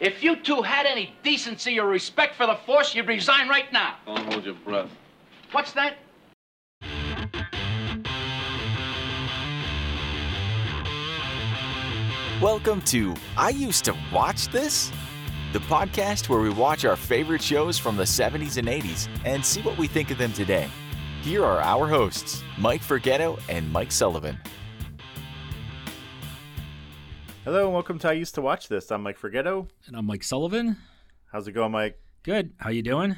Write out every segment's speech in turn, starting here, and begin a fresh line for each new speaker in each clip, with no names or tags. If you two had any decency or respect for the force, you'd resign right now.
Don't hold your breath.
What's that?
Welcome to I Used to Watch This, the podcast where we watch our favorite shows from the 70s and 80s and see what we think of them today. Here are our hosts, Mike Forgetto and Mike Sullivan.
Hello and welcome to I Used to Watch This. I'm Mike Forgetto.
And I'm Mike Sullivan.
How's it going, Mike?
Good. How you doing?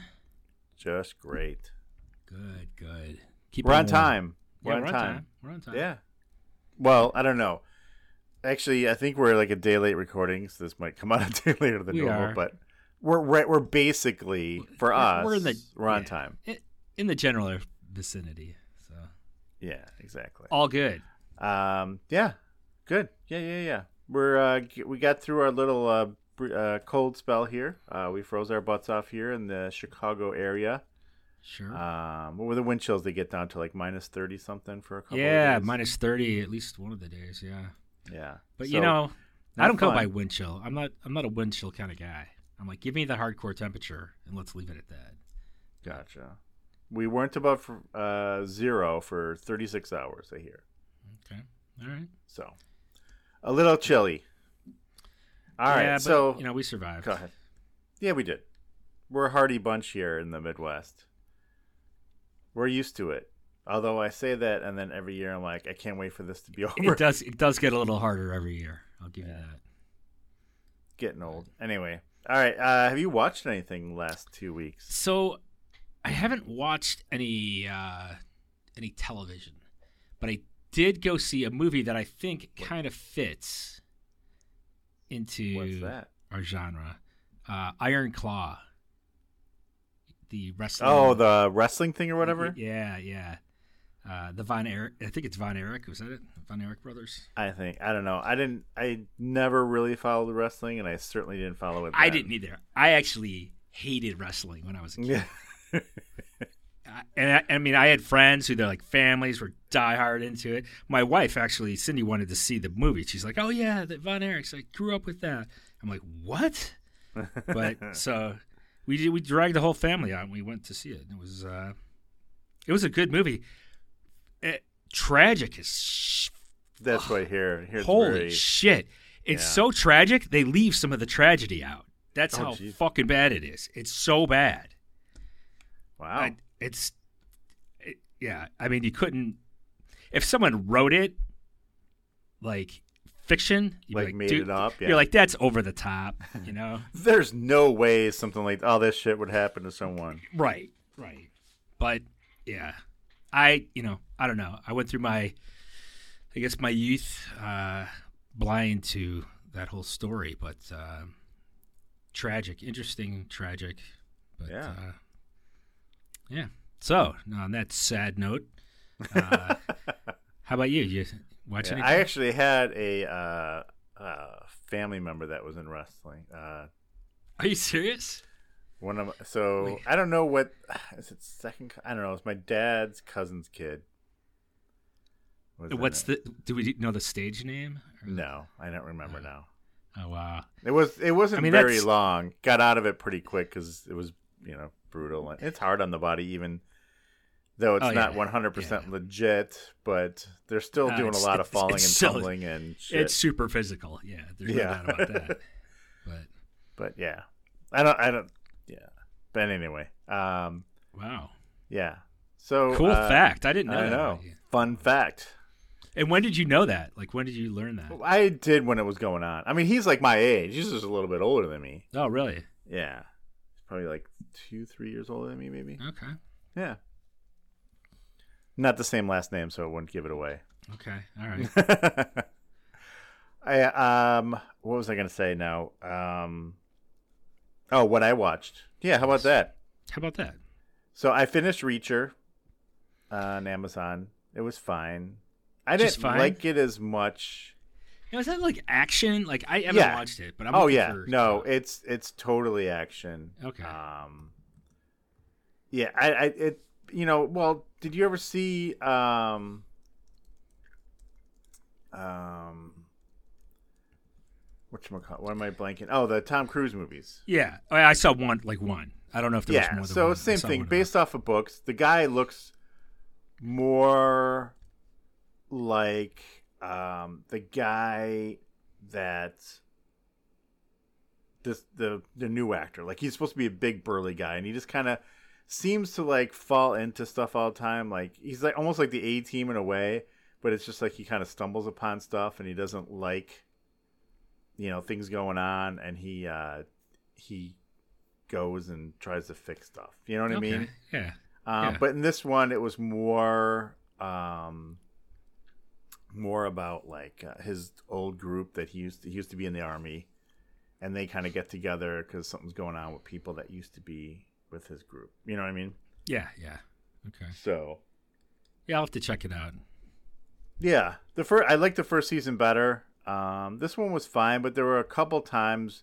Just great.
Good, good. Keep
We're on
it
time.
warm. Yeah, we're on time. We're on time.
Yeah. Well, I don't know. Actually, I think we're like a day late recording, so this might come out a day later than
We
normal,
are.
but we're right we're basically for us
We're in the
we're on
yeah.
time.
I- In the general vicinity. So
Yeah, exactly.
all good.
Um yeah. Good. Yeah, yeah, yeah. We're uh g- we got through our little uh, br- uh cold spell here. Uh we froze our butts off here in the Chicago area.
Sure.
Um, what were the wind chills? They get down to like minus thirty something for a couple.
yeah,
of days.
minus thirty at least one of the days. Yeah,
Yeah,
but
So,
you know,
not
I don't go
fun.
by wind chill. I'm not. I'm not a wind chill kind of guy. I'm like, give me the hardcore temperature, and let's leave it at that.
Gotcha. We weren't above uh, zero for thirty six hours. I hear
Okay. All right.
so. A little chilly. All right,
Yeah, but,
so
you know, we survived.
go ahead. Yeah, we did. We're a hardy bunch here in the Midwest. We're used to it. Although I say that, and then every year I'm like, I can't wait for this to be over.
It does. It does get a little harder every year. I'll give you that.
Getting old. Anyway, all right. Uh, have you watched anything last two weeks?
So I haven't watched any uh, any television, but I did go see a movie that I think kind of fits into
What's that?
our genre. Uh, Iron Claw, the wrestling.
Oh, the wrestling thing or whatever.
Yeah, yeah. Uh, the Von Eric. I think it's Von Eric. Was that it? Von Eric brothers.
I think I don't know. I didn't. I never really followed wrestling, and I certainly didn't follow it.
I
then.
didn't either. I actually hated wrestling when I was a kid.
Yeah.
I- and I, I mean, I had friends who their like families were diehard into it. My wife actually, Cindy, wanted to see the movie. She's like, "Oh yeah, that Von Erichs. I grew up with that." I'm like, "What?" but so we did- we dragged the whole family out and we went to see it. It was uh, it was a good movie. Eh, tragic as sh-
That's what I hear. Here's
holy
very,
shit. It's
yeah.
so tragic. They leave some of the tragedy out. That's
Oh,
how
geez.
fucking bad it is. It's so bad.
wow.
I- it's, it, yeah. I mean, you couldn't. If someone wrote it, like fiction, you'd be
Like, made
"Dude,"
it up, yeah.
You're like, that's over the top, you know?
There's no way something like all this shit would happen to someone.
right, right. But yeah, I, you know, I don't know. I went through my, I guess my youth, uh, blind to that whole story, but um tragic, interesting, tragic. But
Yeah.
uh, yeah. So on that sad note, uh, how about you? You watch
Yeah,
anything?
I actually had a uh, uh, family member that was in wrestling. Uh,
Are you serious?
one of my- so
Wait.
I don't know what is it second. cou- I don't know. It's my dad's cousin's kid. was in
What's
it.
the? Do we know the stage name? Or-
No, I don't remember now.
Oh wow.
It was. It wasn't
I mean,
very
that's-
long. Got out of it pretty quick because it was, you know, brutal. And It's hard on the body, even though it's
Oh,
not
yeah.
one hundred percent legit. But they're still
Uh,
doing a
it's-
lot of
it's-
falling
it's
and
still-
tumbling and shit.
It's super physical. Yeah. There's
Yeah.
no doubt about that. But
But yeah, I don't. I don't. Yeah. But anyway, um,
wow.
yeah. So
Cool
uh,
fact. I didn't know
I
that
know.
about you.
Fun fact.
And when did you know that? Like when did you learn that?
I did when it was going on. I mean, he's like my age. He's just a little bit older than me.
Oh really?
Yeah, probably like two, three years older than me, maybe.
Okay.
Yeah. Not the same last name, so I wouldn't give it away.
Okay. All right.
I um, what was I gonna say now? Um, oh, what I watched. Yeah, how about that?
How about that?
So I finished Reacher on Amazon. It was fine. I
Just
didn't
fine?
like it as much.
Now, is that like action? Like I haven't
Yeah.
watched it, but I'm
oh
looking
yeah,
for-
no, it's it's totally action.
Okay.
Um, yeah, I, I it you know well, did you ever see um um Which what am I blanking? Oh, the Tom Cruise movies.
Yeah, I I saw one like one. I don't know if there was
yeah,
more than
so
one. I
same
saw
thing.
one.
Based off of books, the guy looks more like um, the guy that this the the new actor. Like he's supposed to be a big burly guy, and he just kind of seems to like fall into stuff all the time. Like he's like almost like the A team in a way, but it's just like he kind of stumbles upon stuff, and he doesn't like you know things going on, and he uh, he goes and tries to fix stuff. You know what I mean?
Okay, Yeah.
Um,
Yeah.
But in this one, it was more, um, more about like uh, his old group that he used to, he used to be in the army, and they kind of get together because something's going on with people that used to be with his group. You know what I mean?
Yeah. Yeah. Okay.
So
Yeah, I'll have to check it out.
yeah, the first I liked the first season better. Um, this one was fine, but there were a couple times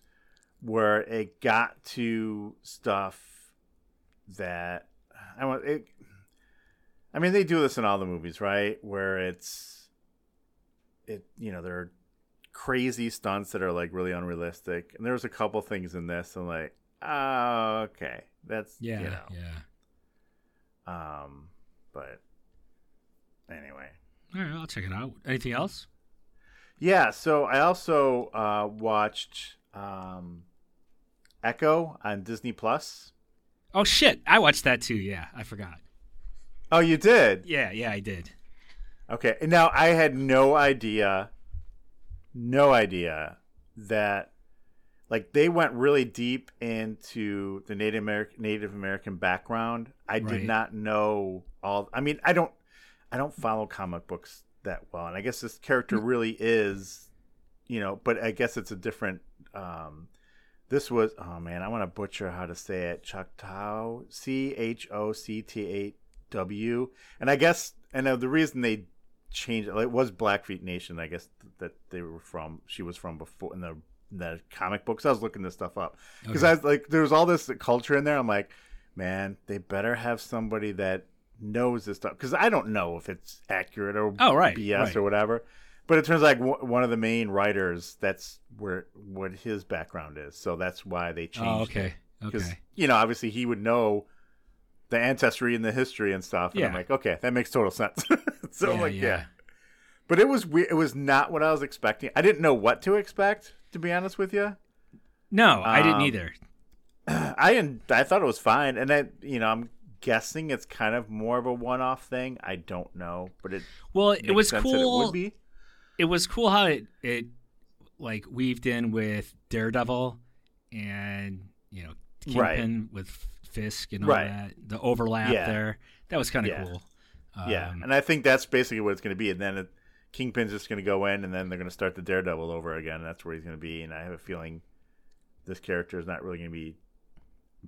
where it got to stuff that I want it. I mean, they do this in all the movies, right? Where it's it, you know, there are crazy stunts that are like really unrealistic, and there was a couple things in this, and like, oh, okay, that's
Yeah.
you know,
Yeah.
um, but anyway,
All right, I'll check it out. Anything else?
Yeah, so I also uh, watched um, Echo on Disney Plus.
Oh shit! I watched that too. Yeah, I forgot.
Oh, you did?
Yeah. Yeah, I did.
Okay. And Now I had no idea, no idea that like they went really deep into the Native American Native American background. I
Right.
did not know all. I mean, I don't, I don't follow comic books that well, and I guess this character really is, you know. But I guess it's a different. um This was oh man, I want to butcher how to say it. Choctaw, C H O C T A W, and I guess and uh, the reason they changed it, like, it was Blackfeet Nation. I guess that they were from. She was from before in the the comic books. I was looking this stuff up because
Okay.
I was like, there was all this culture in there. I'm like, man, they better have somebody that knows this stuff because I don't know if it's accurate or
Oh, right,
BS
right.
or whatever. But it turns out like w- one of the main writers, that's where what his background is. So that's why they changed.
Oh,
it.
okay.
Because
Okay.
you know, obviously he would know the ancestry and the history and stuff. And I'm
Yeah.
like, okay, that makes total sense. so I'm
Yeah,
like, yeah.
yeah.
But it was weird. It was not what I was expecting. I didn't know what to expect, to be honest with you.
No, I didn't
Um,
either.
I en- I thought it was fine, and I, you know, I'm guessing it's kind of more of a one-off thing. I don't know, but it
Well, it
makes
was
sense that
cool.
It would be.
it was cool how it, it like weaved in with Daredevil and you know
Right.
Kingpin with Fisk and all
Right.
that. The overlap
Yeah.
there that was kind of
Yeah.
cool.
yeah,
Um,
and I think that's basically what it's going to be. And then it, Kingpin's just going to go in, and then they're going to start the Daredevil over again. And that's where he's going to be. And I have a feeling this character is not really going to be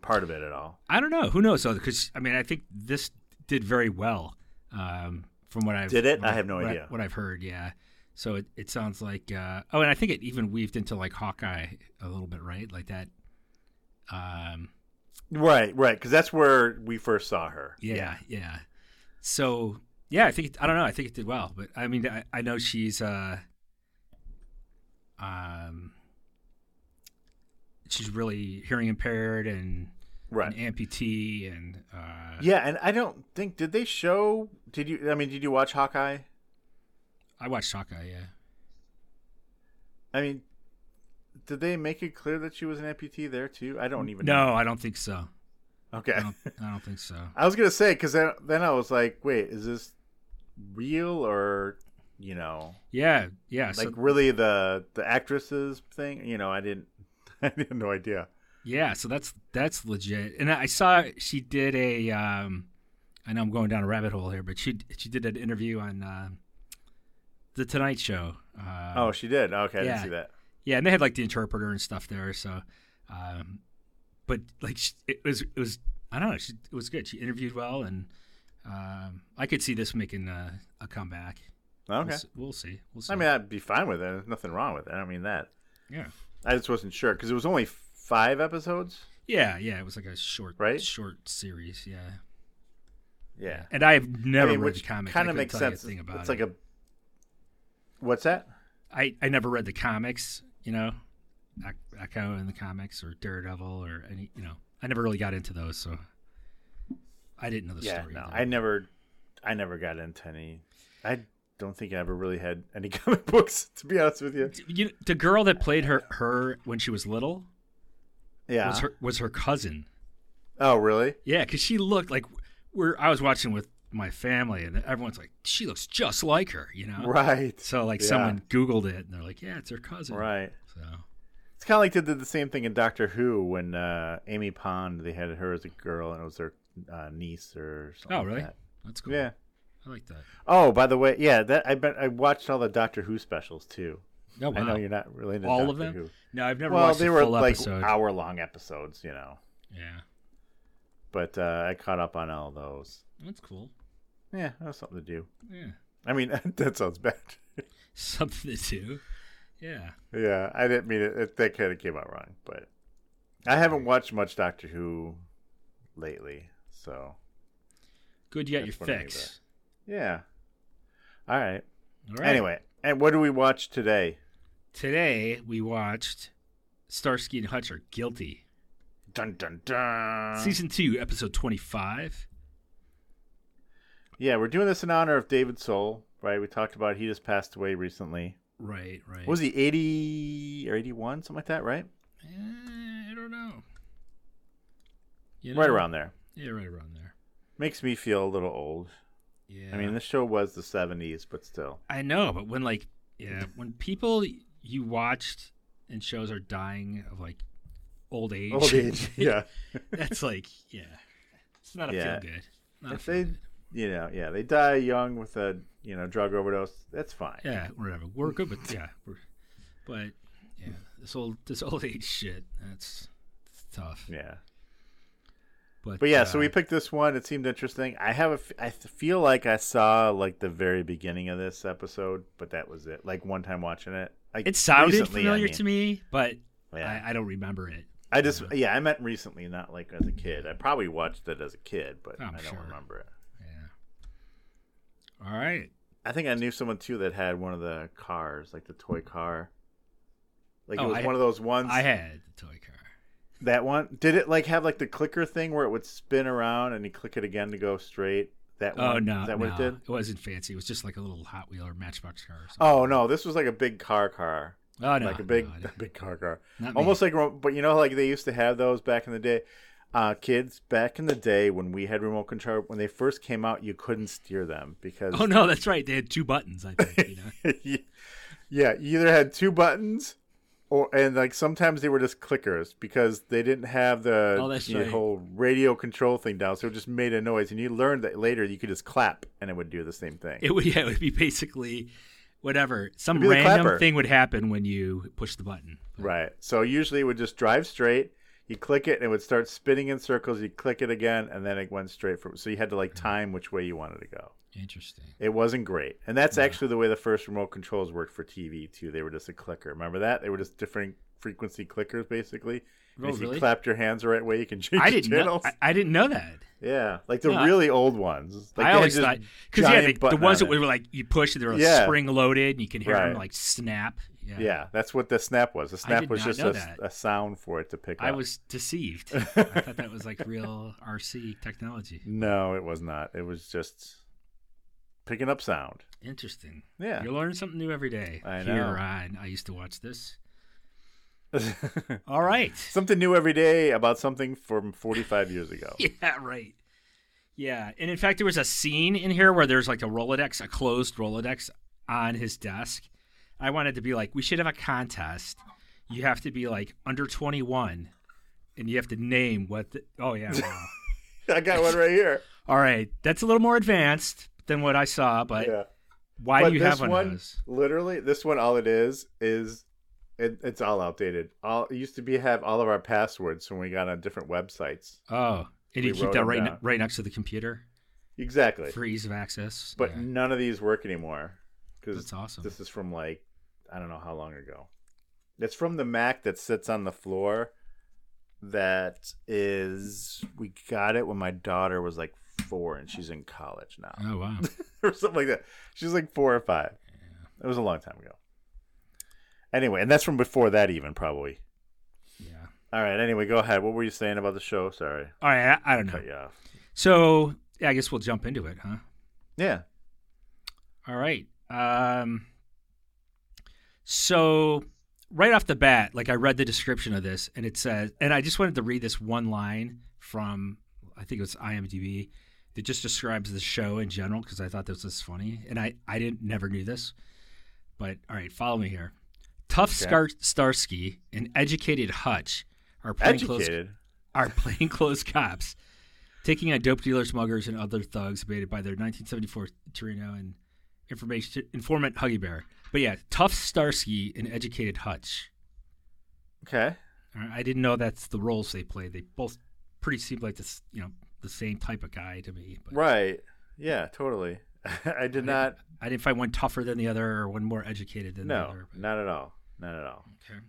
part of it at all.
I don't know. Who knows? though? Because I mean, I think this did very well. Um, from what I've
Did it?
what
I
I've-
have no
what I-
idea.
what I've heard. Yeah. So it, it sounds like. Uh, oh, and I think it even weaved into like Hawkeye a little bit, right? Like that. Um,
Right, right, because that's where we first saw her.
yeah, yeah, So yeah, I think it, I don't know. I think it did well, but I mean, I, I know she's uh, um, she's really hearing impaired and
right.
an amputee and uh,
Yeah, and I don't think did they show? Did you? I mean, did you watch Hawkeye?
I watched Hawkeye. Yeah.
I mean, did they make it clear that she was an amputee there too? I don't even.
No, I don't think so.
know. Okay.
I don't, I don't think so.
I was gonna say because then, then I was like, wait, is this real or you know,
Yeah, yeah.
like
so,
really the the actresses thing? You know, I didn't. I had no idea.
yeah, so that's that's legit. And I saw she did a. Um, I know I'm going down a rabbit hole here, but she she did an interview on uh, the Tonight Show. Uh,
oh, she did. Okay, I
yeah.
didn't see that.
yeah, and they had like the interpreter and stuff there. So, um, but like she, it was it was I don't know. She, it was good. She interviewed well, and um, I could see this making a, a comeback. We'll
Okay.
s- we'll, see. We'll see.
I mean, I'd be fine with it. There's nothing wrong with it. I don't mean that.
yeah.
I just wasn't sure because it was only five episodes.
Yeah, yeah, it was like a short,
Right?
short series, yeah.
Yeah.
And I have never
I mean,
read the
which
comic.
kind of
couldn't
makes
tell you a
sense.
Thing about
it's
it.
like a. What's that?
I, I never read the comics, you know. Ec- Echo in the comics or Daredevil or any, you know, I never really got into those, so I didn't know the
yeah,
story.
no,
either.
I never, I never got into any. I don't think I ever really had any comic books, to be honest with you.
you, the girl that played her her when she was little
Yeah.
was her was her cousin.
oh, really?
Yeah, because she looked like we're. I was watching with my family, and everyone's like, "She looks just like her," you know.
Right.
So like
Yeah.
someone Googled it, and they're like, "Yeah, it's her cousin."
Right.
So
It's kind of like they did the same thing in Doctor Who when uh, Amy Pond they had her as a girl and it was their uh, niece or something.
oh
like
really?
that.
That's cool.
Yeah.
I like that.
Oh, by the way, yeah, that I bet I watched all the Doctor Who specials too.
Oh, wow.
I know you're not really into
All
Doctor
of them?
Who.
No, I've never
Well,
watched
they
a
were
full
like
episode.
hour long episodes, you know.
Yeah,
But uh, I caught up on all those.
that's cool.
Yeah, that was something to do.
Yeah,
I mean, that sounds bad.
something to do. Yeah,
yeah, I didn't mean it. it that kind of came out wrong, but I haven't watched much Doctor Who lately, so
good. You got
That's
your
what I
fix.
yeah. All right.
All right.
Anyway, and what do we watch today?
today we watched Starsky and Hutch are guilty.
Dun dun dun.
Season 2, episode 25.
Yeah, we're doing this in honor of David Soul, right? We talked about he just passed away recently.
Right, right.
What was he, 80 or 81, something like that, right?
Eh, I don't know. You
Right
know?
around there.
Yeah, right around there.
Makes me feel a little old.
Yeah.
I mean, this show was the 70s, but still.
I know, but when like yeah, when people you watched and shows are dying of like old age.
Old age, yeah.
that's like yeah. It's not a
Yeah.
feel good. Not a
If
feel
they,
good.
you know, yeah, they die young with a, you know, drug overdose, that's fine.
Yeah, whatever. We're good with yeah. We're, but yeah, this old this old age shit, that's it's tough.
Yeah.
But
But yeah, so
uh,
we picked this one. It seemed interesting. I have a, f- I feel like I saw like the very beginning of this episode, but that was it. Like one time watching it, like
it sounded
recently, I
familiar
mean.
to me, but
Yeah.
I, uh, I don't remember it.
I just yeah, I meant recently, not like as a kid. I probably watched it as a kid, but
I'm
I don't
sure.
remember it.
Yeah. All right.
I think I knew someone too that had one of the cars, like the toy car. Like
Oh,
it was
I-
one of those ones.
I had the toy car.
that one did it like have like the clicker thing where it would spin around and you click it again to go straight. That one.
Oh no,
is that
no.
what it did?
wasn't fancy. It was just like a little Hot Wheel or Matchbox car. Or something.
Oh no, this was like a big car car,
Oh no,
like a big
no, I didn't.
big car car.
Not me.
Almost like remote, but you know, like they used to have those back in the day. Uh, kids, back in the day when we had remote control, when they first came out, you couldn't steer them because
Oh no, that's right. They had two buttons. I think. You know?
yeah, you either had two buttons or and like sometimes they were just clickers because they didn't have the,
Oh, that's
the
right.
whole radio control thing down, so it just made a noise. And you learned that later you could just clap and it would do the same thing.
it would. Yeah, it would be basically whatever. Some
It'd be the
random
clapper.
thing would happen when you push the button.
right. So usually it would just drive straight. You click it and it would start spinning in circles. You click it again and then it went straight for. So you had to like
Mm-hmm.
time which way you wanted to go.
Interesting.
It wasn't great. And that's actually the way the first remote controls worked for TV too. They were just a clicker. Remember that? They were just different frequency clickers basically. And
Oh,
if
really?
you clapped your hands the right way, you can change
I
the
didn't know.
channels.
I, I didn't know that.
yeah, like the
No, I-
really old ones. Like
I
they had
always
just
thought because yeah,
giant
the, the
button
ones
on
that were like you push, they were
Yeah.
spring loaded, and you can hear them
Right.
like snap. Yeah.
it. yeah, that's what the snap was. The snap
did
was
not
just
know
a,
that.
a sound for it to pick
I
up.
was deceived. I thought that was like real RC technology.
no, it was not. It was just picking up sound.
Interesting.
Yeah.
You learn something new every day.
I
Here
know.
on I used to watch this. All right.
something new every day about something from 45 years ago.
yeah, right. Yeah. And in fact there was a scene in here where there's like a Rolodex, a closed Rolodex on his desk. I wanted to be like, we should have a contest. You have to be like under twenty one and you have to name what the oh yeah. Wow.
I got one right here.
All right. That's a little more advanced than what I saw, but
yeah.
why
but
do you
this
have one,
one
of those?
literally this one all it is is it, it's all outdated all it used to be have all of our passwords when we got on different websites
Oh. And
We
you keep
wrote
that
them
right ne-
down.
right next to the computer?
exactly
Freeze of access.
but
Yeah.
none of these work anymore because
That's awesome.
this is from like i don't know how long ago it's from the mac that sits on the floor that is we got it when my daughter was like four and she's in college now
Oh wow.
or something like that. She was like four or five. It was a long time ago. Anyway, and that's from before that, even probably.
Yeah.
All right. Anyway, go ahead. What were you saying about the show? Sorry,
All right. I, I don't know.
cut you off.
So yeah, I guess we'll jump into it, huh?
Yeah.
All right. Um, so right off the bat, like I read the description of this, and it says, and I just wanted to read this one line from, I think it was IMDb, that just describes the show in general because I thought this was funny, and I I didn't never knew this, but all right, follow me here. Tough
Okay.
Scar- Starsky and educated Hutch are plainclothes
Educated.
are plainclothes cops taking on dope dealers, smugglers, and other thugs baited by their 1974 Torino and information informant Huggy Bear. But yeah, tough Starsky and educated Hutch.
Okay.
All right, I didn't know that's the roles they played. They both pretty seem like this, you know, the same type of guy to me. But
Right. Yeah. Totally. I did not.
I didn't find one tougher than the other or one more educated than the
No.
other. but-
Not at all. Not at all.
Okay.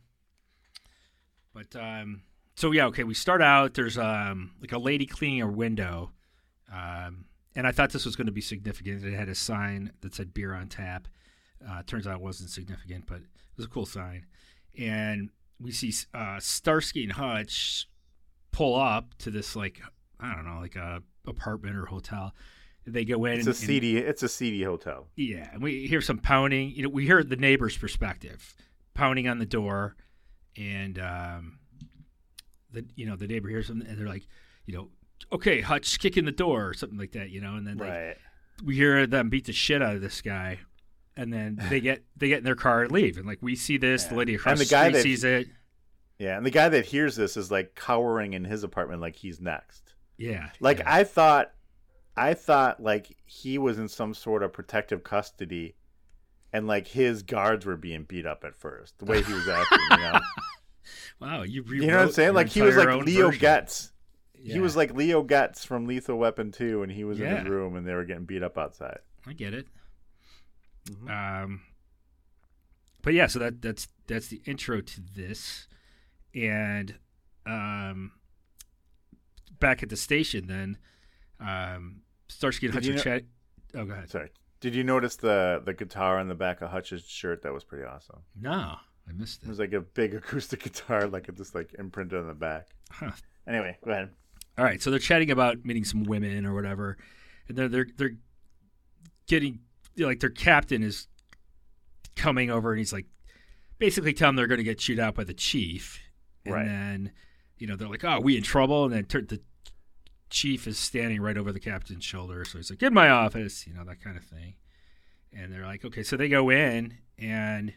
But um, so yeah, okay. We start out. There's um like a lady cleaning a window, um, and I thought this was going to be significant. It had a sign that said "beer on tap." Uh, turns out it wasn't significant, but it was a cool sign. And we see uh, Starsky and Hutch pull up to this like I don't know like a apartment or hotel. They go in.
It's
and,
a
and-
seedy. It's a seedy hotel.
yeah, and we hear some pounding. You know, we hear the neighbor's perspective, pounding on the door, and um, the you know the neighbor hears them, and they're like, you know, okay, Hutch, kick in the door or something like that, you know. And then like,
Right.
we hear them beat the shit out of this guy, and then they get they get in their car and leave, and like we see this, the lady
And
across
the
the,
guy
street
that-
sees it,
Yeah. And the guy that hears this is like cowering in his apartment, like he's next.
yeah,
Like
yeah.
I thought, I thought like he was in some sort of protective custody, and like his guards were being beat up at first. The way he was acting, you know,
wow, you
you know what I'm
rewrote
saying?
your
Like he was
entire
like
own
Leo
version.
Getz.
Yeah,
He was like Leo Getz from Lethal Weapon 2, and he was in
Yeah.
his room, and they were getting beat up outside.
I get it.
Mhm.
Um, but yeah, so that that's that's the intro to this, and um, back at the station, then um, Starsky and
Did
Hutch
you
are
know-
chat. Oh, go ahead.
Sorry. Did you notice the the guitar on the back of Hutch's shirt? That was pretty awesome.
No, I missed
It
it.
was like a big acoustic guitar, like it just like imprinted on the back.
Huh.
Anyway, go ahead.
All right, so they're chatting about meeting some women or whatever, and they're they're they're getting like their captain is coming over and he's like basically telling them they're going to get chewed out by the chief, and
Right.
then you know they're like, "Oh, we in trouble," and then tur- the chief is standing right over the captain's shoulder, so he's like, "Get in my office," you know that kind of thing, and they're like, "Okay," so they go in and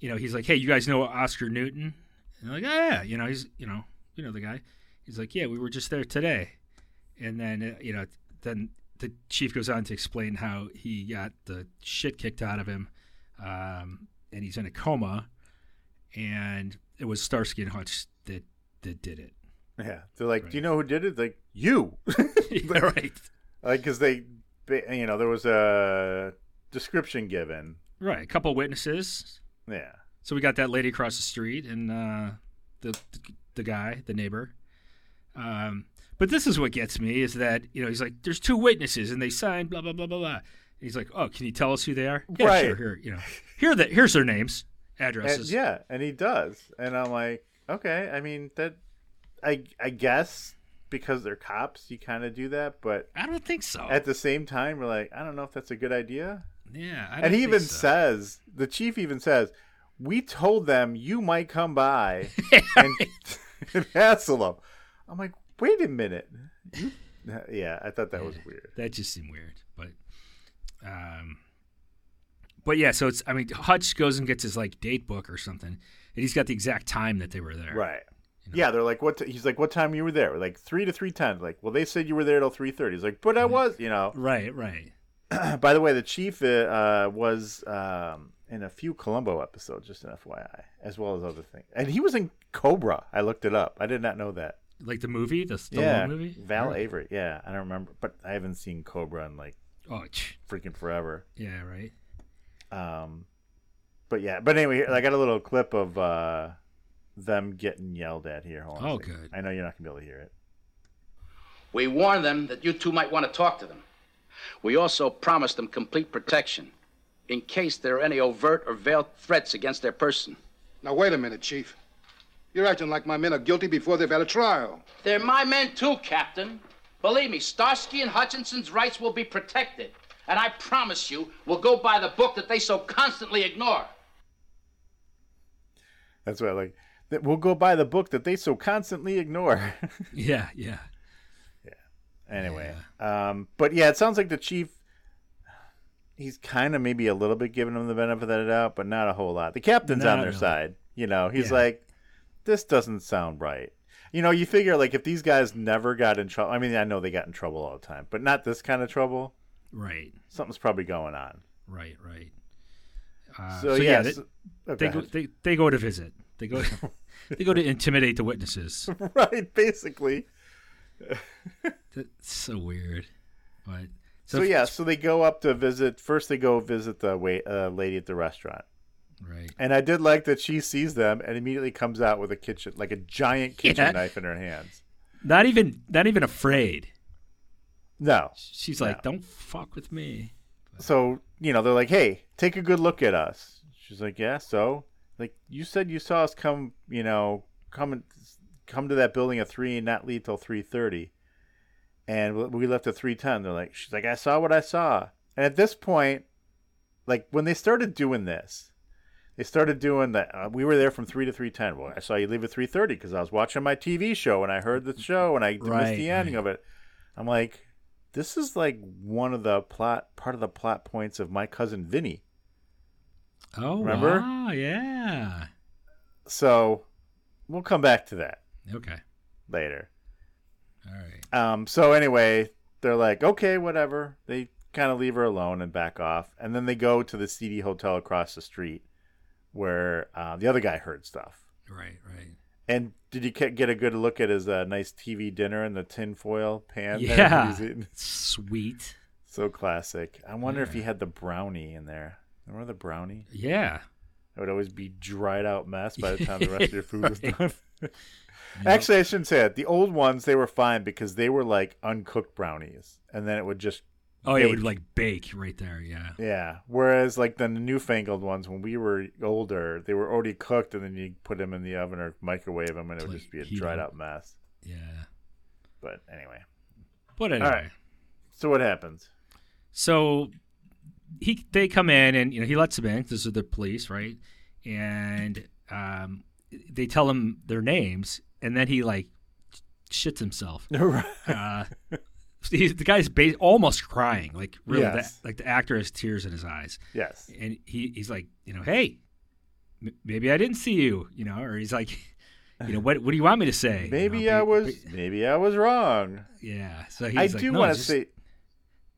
you know he's like, "Hey, you guys know Oscar Newton?" And they're like, "Oh yeah," you know he's you know you know the guy. He's like, "Yeah, we were just there today," and then uh, you know, then the chief goes on to explain how he got the shit kicked out of him, um, and he's in a coma, and it was Starsky and Hutch that that did it.
Yeah, they're like,
Right.
do you know who did it? Like you.
yeah, right,
like because they ba- you know there was a description given
right. A couple witnesses.
yeah
So we got that lady across the street and uh, the the guy, the neighbor. Um, but this is what gets me is that you know he's like, there's two witnesses and they signed blah blah blah blah blah. He's like, oh, can you tell us who they are? Yeah,
Right.
sure. Here, you know, here that here's their names,
and,
addresses.
yeah and he does and i'm like okay i mean that i i guess because they're cops you kind of do that but
I don't think so.
at the same time we're like i don't know if that's a good idea
yeah, I don't
and he
think
even
so.
says the chief even says we told them you might come by and, and hassle them i'm like wait a minute You- yeah i thought that was weird
that just seemed weird, but um, but yeah. So it's I mean, Hutch goes and gets his like date book or something, and he's got the exact time that they were there.
Right. Yeah, they're like, what? T-? He's like, what time you were there? We're like three to three ten. Like, well, they said you were there till three thirty. He's like, but
Mm-hmm.
I was, you know.
right, right.
By the way, the chief uh, uh, was um, in a few Columbo episodes, just an FYI, as well as other things. And he was in Cobra. I looked it up. I did not know that.
like the movie, the Stallone
yeah,
movie.
Val Avery. Yeah, I don't remember, but I haven't seen Cobra in like
Oh, tch.
freaking forever.
yeah, right.
Um, but yeah, but anyway, I got a little clip of uh, them getting yelled at here. Hold on a
Oh,
second.
good.
I know you're not gonna be able to hear it.
We warned them that you two might want to talk to them. We also promised them complete protection in case there are any overt or veiled threats against their person.
Now, wait a minute, Chief. You're acting like my men are guilty before they've had a trial.
They're my men too, Captain. Believe me, Starsky and Hutchinson's rights will be protected. And I promise you, we'll go by the book that they so constantly ignore.
That's what I like. That we'll go by the book that they so constantly ignore.
Yeah, yeah.
anyway, um, but yeah, it sounds like the chief. He's kind of maybe a little bit giving them the benefit of the doubt, but not a whole lot. The captain's
Not
on their
really.
side. You know, he's
Yeah.
like, this doesn't sound right. You know, you figure like if these guys never got in trouble. I mean, I know they got in trouble all the time, but not this kind of trouble.
Right,
Something's probably going on.
right, right. Uh,
So, yeah,
they,
so- oh,
they,
go
go,
ahead.
they they go to visit. They go they go to intimidate the witnesses.
right, basically.
That's so weird. But
So,
if-
yeah, so they go up to visit. First, they go visit the wait uh, lady at the restaurant,
right.
and I did like that she sees them and immediately comes out with a kitchen, like a giant kitchen
Yeah.
knife in her hands.
Not even not even afraid.
No,
She's like,
No.
"Don't fuck with me."
so you know they're like, "Hey, take a good look at us." She's like, "Yeah." So, like you said, you saw us come, you know, come and come to that building at three and not leave till three thirty, and we- we left at three ten. They're like, "She's like, I saw what I saw." And at this point, like when they started doing this, they started doing that. Uh, we were there from three to three ten. Well, I saw you leave at three thirty because I was watching my TV show and I heard the show and I missed
Right,
the ending
right.
of it. I'm like, this is like one of the plot part of the plot points of my cousin Vinny.
Oh,
Remember?
wow, yeah.
So we'll come back to that
Okay.
later.
All right.
Um, so anyway, they're like, okay, whatever. They kind of leave her alone and back off, and then they go to the CD hotel across the street where uh, the other guy heard stuff.
Right, right.
And did you ke- get a good look at his uh, nice TV dinner in the tinfoil pan? there he
yeah.
was eating?
Sweet.
so classic. I wonder if he had the brownie in there. Remember the brownie?
Yeah.
It would always be dried out mess by the time the rest of your food was done. Actually, I shouldn't say that. The old ones they were fine because they were like uncooked brownies, and then it would just
Oh, yeah, it would
Bake.
like bake right there. Yeah.
yeah. Whereas like the newfangled ones, when we were older, they were already cooked, and then you put them in the oven or microwave them, and it would
Like,
just be a
heat
dried
up.
out mess.
Yeah.
But anyway,
But anyway.
right. so what happens?
So he they come in and you know he lets them in. This is the police, right? And um, they tell him their names, and then he like shits himself. uh, he, the guy's ba- almost crying, like really,
Yes.
the, like the actor has tears in his eyes,
yes.
and he, he's like, you know, hey, m- maybe I didn't see you, you know, or he's like, you know, what what do you want me to say? You
Maybe
know,
I
ba-
was
ba-
maybe I was wrong.
yeah. So he's
I
like,
do
"No,
want to
just
say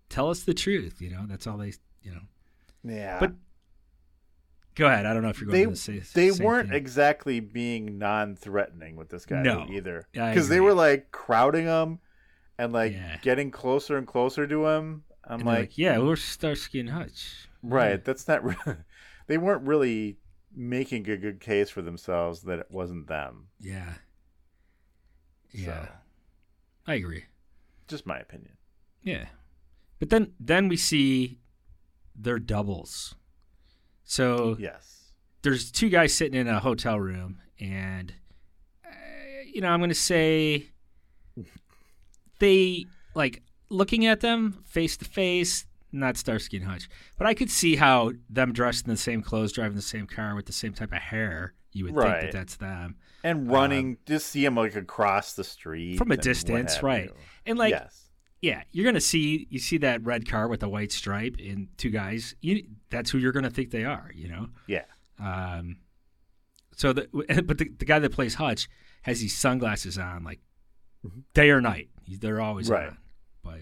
tell us the truth, you know. That's all they, you know.
yeah.
But Go ahead. I don't know if you're going
they
to say
they
same
weren't
thing.
exactly being non-threatening with this guy
No.
either
I
because they
agree.
were like crowding him and like
Yeah.
getting closer and closer to him i'm
And they're
like,
like, yeah, we're Starsky and Hutch.
right that's not re- they weren't really making a good case for themselves that it wasn't them
Yeah.
So.
Yeah. I agree.
just my opinion
Yeah. But then then we see their doubles. So
yes
there's two guys sitting in a hotel room and uh, you know, I'm going to say they like looking at them face to face not Starsky and Hutch, but I could see how them dressed in the same clothes, driving the same car with the same type of hair, you would
Right.
think that that's them.
and running just see him like across the street
uh, From a
and what
distance,
have
right.
you.
And like
yes
Yeah, you're gonna see you see that red car with the white stripe and two guys. You that's who you're gonna think they are. You know.
yeah
Um, so the but the, the guy that plays Hutch has these sunglasses on, like day or night. He's, they're always
Mm-hmm. Right.
on. But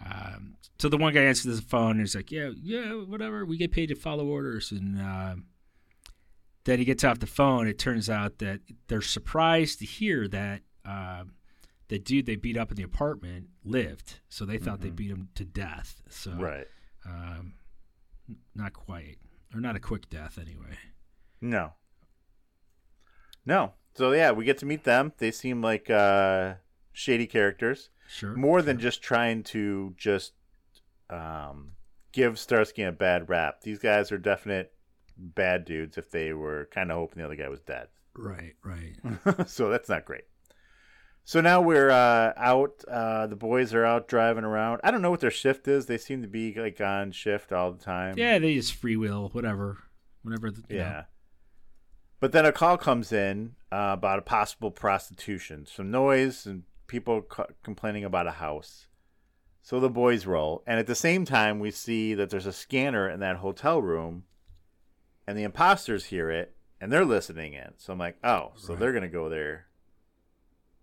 um, so the one guy answers the phone and he's like, "Yeah, yeah, whatever. We get paid to follow orders." And um, then he gets off the phone. It turns out that they're surprised to hear that um, the dude they beat up in the apartment lived. So they thought they beat him to death. So
Mm-hmm. right
um, n- not quite, or not a quick death anyway.
No. No. So yeah, we get to meet them. They seem like uh, shady characters,
Sure.
more than just trying to just um, give Starsky a bad rap. These guys are definite bad dudes if they were kind of hoping the other guy was dead.
Right, right.
so that's not great. So now we're uh, out. Uh, the boys are out driving around. I don't know what their shift is. They seem to be like on shift all the time.
Yeah, they just free will, whatever, whatever. The,
Yeah. But then a call comes in uh, about a possible prostitution, some noise, and people c- complaining about a house. So the boys roll, and at the same time, we see that there's a scanner in that hotel room, and the imposters hear it, and they're listening in. So I'm like, oh, so
Right.
they're gonna go there.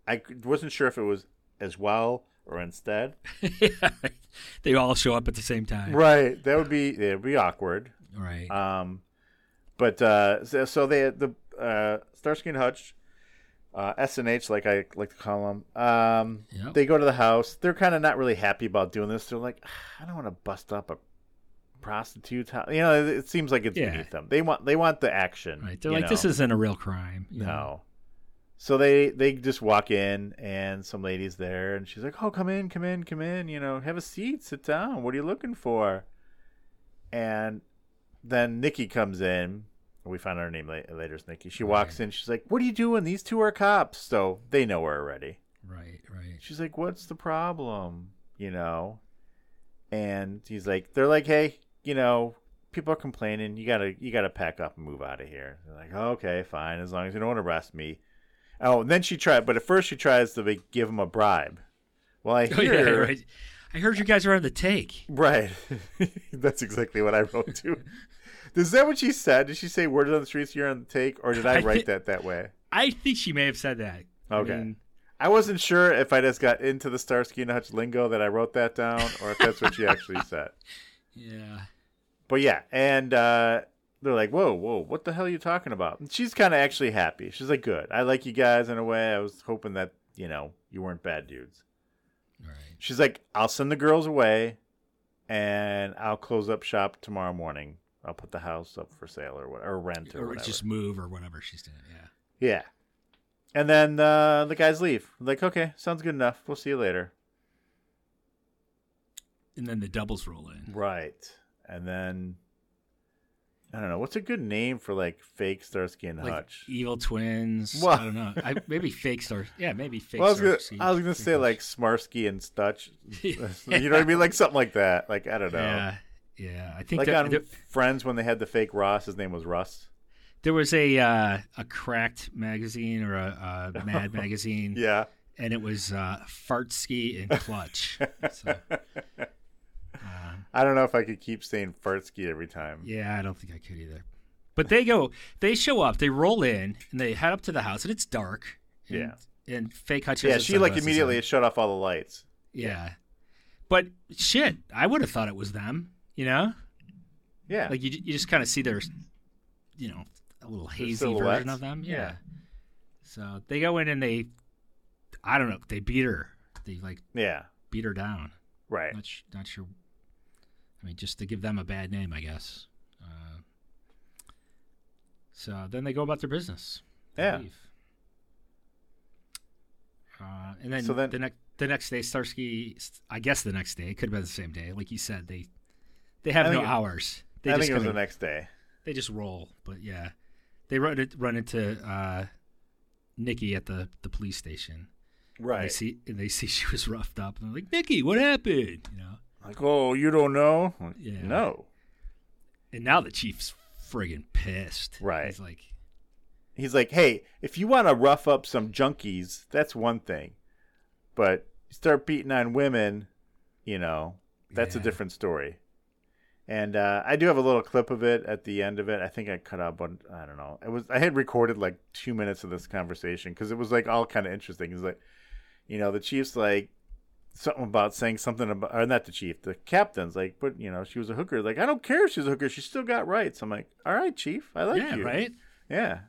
I c- wasn't sure if it was as well or instead.
you know. they all show up at the same time.
Right, that would be it would be awkward.
Right.
Um, but uh, so, so they the uh, Starsky and Hutch, uh, S and H, like I like to call them. Um,
Yep.
They go to the house. They're kind of not really happy about doing this. They're like, "Ah, I don't want to bust up a prostitute. house." You know, it, it seems like it's
Yeah.
beneath them. They want they want the action.
right. They're
you
like, this
know?
isn't a real crime. you know.
no. So they they just walk in and some lady's there and she's like, "Oh, come in, come in, come in. You know, have a seat, sit down. What are you looking for?" And then Nikki comes in. We find out her name la- later is Nikki. She walks in. She's like, "What are you doing? These two are cops." So they know her already.
Right, right.
She's like, "What's the problem?" You know, and he's like, "They're like, hey, you know, people are complaining. You gotta, you gotta pack up and move out of here." They're like, "Okay, fine, as long as you don't arrest me." Oh, and then she tried, but at first she tries to like, give him a bribe. Well, I
Oh, yeah,
hear, right.
right. I heard you guys are on the take.
That's exactly what I wrote too. Is that what she said? Did she say "words on the streets, you're on the take," or did
I
I
thi-
write that that way?
I think she may have said that. I
Okay.
mean,
I wasn't sure if I just got into the Starsky and Hutch lingo that I wrote that down, or if that's what she actually said.
yeah.
But yeah, and uh, they're like, "Whoa, whoa, what the hell are you talking about?" And she's kind of actually happy. She's like, "Good, I like you guys in a way. I was hoping that you know you weren't bad dudes."
Right.
She's like, "I'll send the girls away, and I'll close up shop tomorrow morning. I'll put the house up for sale or what, or rent or,
Or
whatever."
just move or whatever she's doing. Yeah.
Yeah. And then uh, the guys leave. Like, okay, sounds good enough. We'll see you later.
And then the doubles roll in.
Right. And then I don't know what's a good name for like fake Starsky and
Like e,
Hutch.
evil twins.
Well-
I don't know. I, maybe fake star. Yeah, maybe fake.
Well, I was
star-
gonna,
see-
I was gonna
fake
say
Hutch.
like Smarsky and Stutch. You know what I mean? Like something like that. Like I don't know.
Yeah, yeah. I think
uh, Like um,
that,
on
that-
Friends when they had the fake Ross, his name was Russ.
there was a uh, a cracked magazine or a, a Mad magazine,
Yeah.
and it was uh, Fartsky and Clutch. so,
I don't know if I could keep saying Fartsky every time.
yeah, I don't think I could either. But they go, they show up, they roll in, and they head up to the house, and it's dark. And,
Yeah.
and fake Hutch. has
Yeah,
his
she like
sunglasses
immediately
on.
shut off all the lights.
Yeah, but shit, I would have thought it was them. You know,
Yeah.
like you, ju- you just kind of see their, you know, a little hazy
silhouettes.
version of them. Yeah.
Yeah.
So they go in and they, I don't know, they beat her. They like
yeah.
beat her down.
Right.
Not sh- not sure. I mean, just to give them a bad name, I guess. Uh, so then they go about their business. They
Yeah.
leave. Uh, and then,
So then-
the next the next day, Starsky. I guess the next day it could have been the same day, like you said. They they have
I
no
think it-
hours. They
I
just
think it was
kinda-
the next day.
they just roll. But yeah, they run it, run into uh, Nikki at the, the police station. And They
Right.
see and they see she was roughed up, and they're like, "Nikki, what happened?" You know.
Like, oh, you don't know? Like,
Yeah.
No.
And now the chief's friggin' pissed.
Right.
He's like,
He's like, hey, if you want to rough up some junkies, that's one thing. But you start beating on women, you know, that's a
Yeah.
different story. And uh, I do have a little clip of it at the end of it. I think I cut out, but I don't know. It was I had recorded like two minutes of this conversation because it was like all kind of interesting. He's like, you know, the chief's like something about saying something about, or not the chief, the captain's like, but you know, she was a hooker. Like, I don't care if she's a hooker. She still got rights. I'm like, all right, chief, I like
yeah,
you.
right,
Yeah.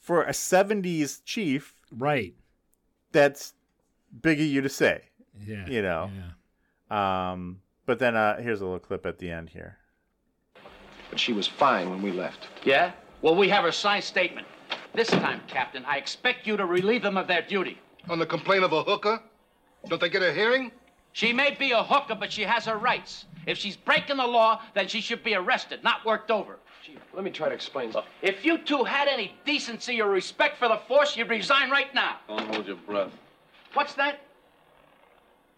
For a 70s chief,
right,
that's big of you to say.
yeah.
You know. Um, but then uh, here's a little clip at the end here.
But she was fine when we left.
Yeah? Well, we have her signed statement. This time, Captain, I expect you to relieve them of their duty.
On the complaint of a hooker? Don't they get a hearing?
She may be a hooker, but she has her rights. If she's breaking the law, then she should be arrested, not worked over.
Chief, let me try to explain. Look,
If you two had any decency or respect for the force, you'd resign right now.
Don't hold your breath.
What's that?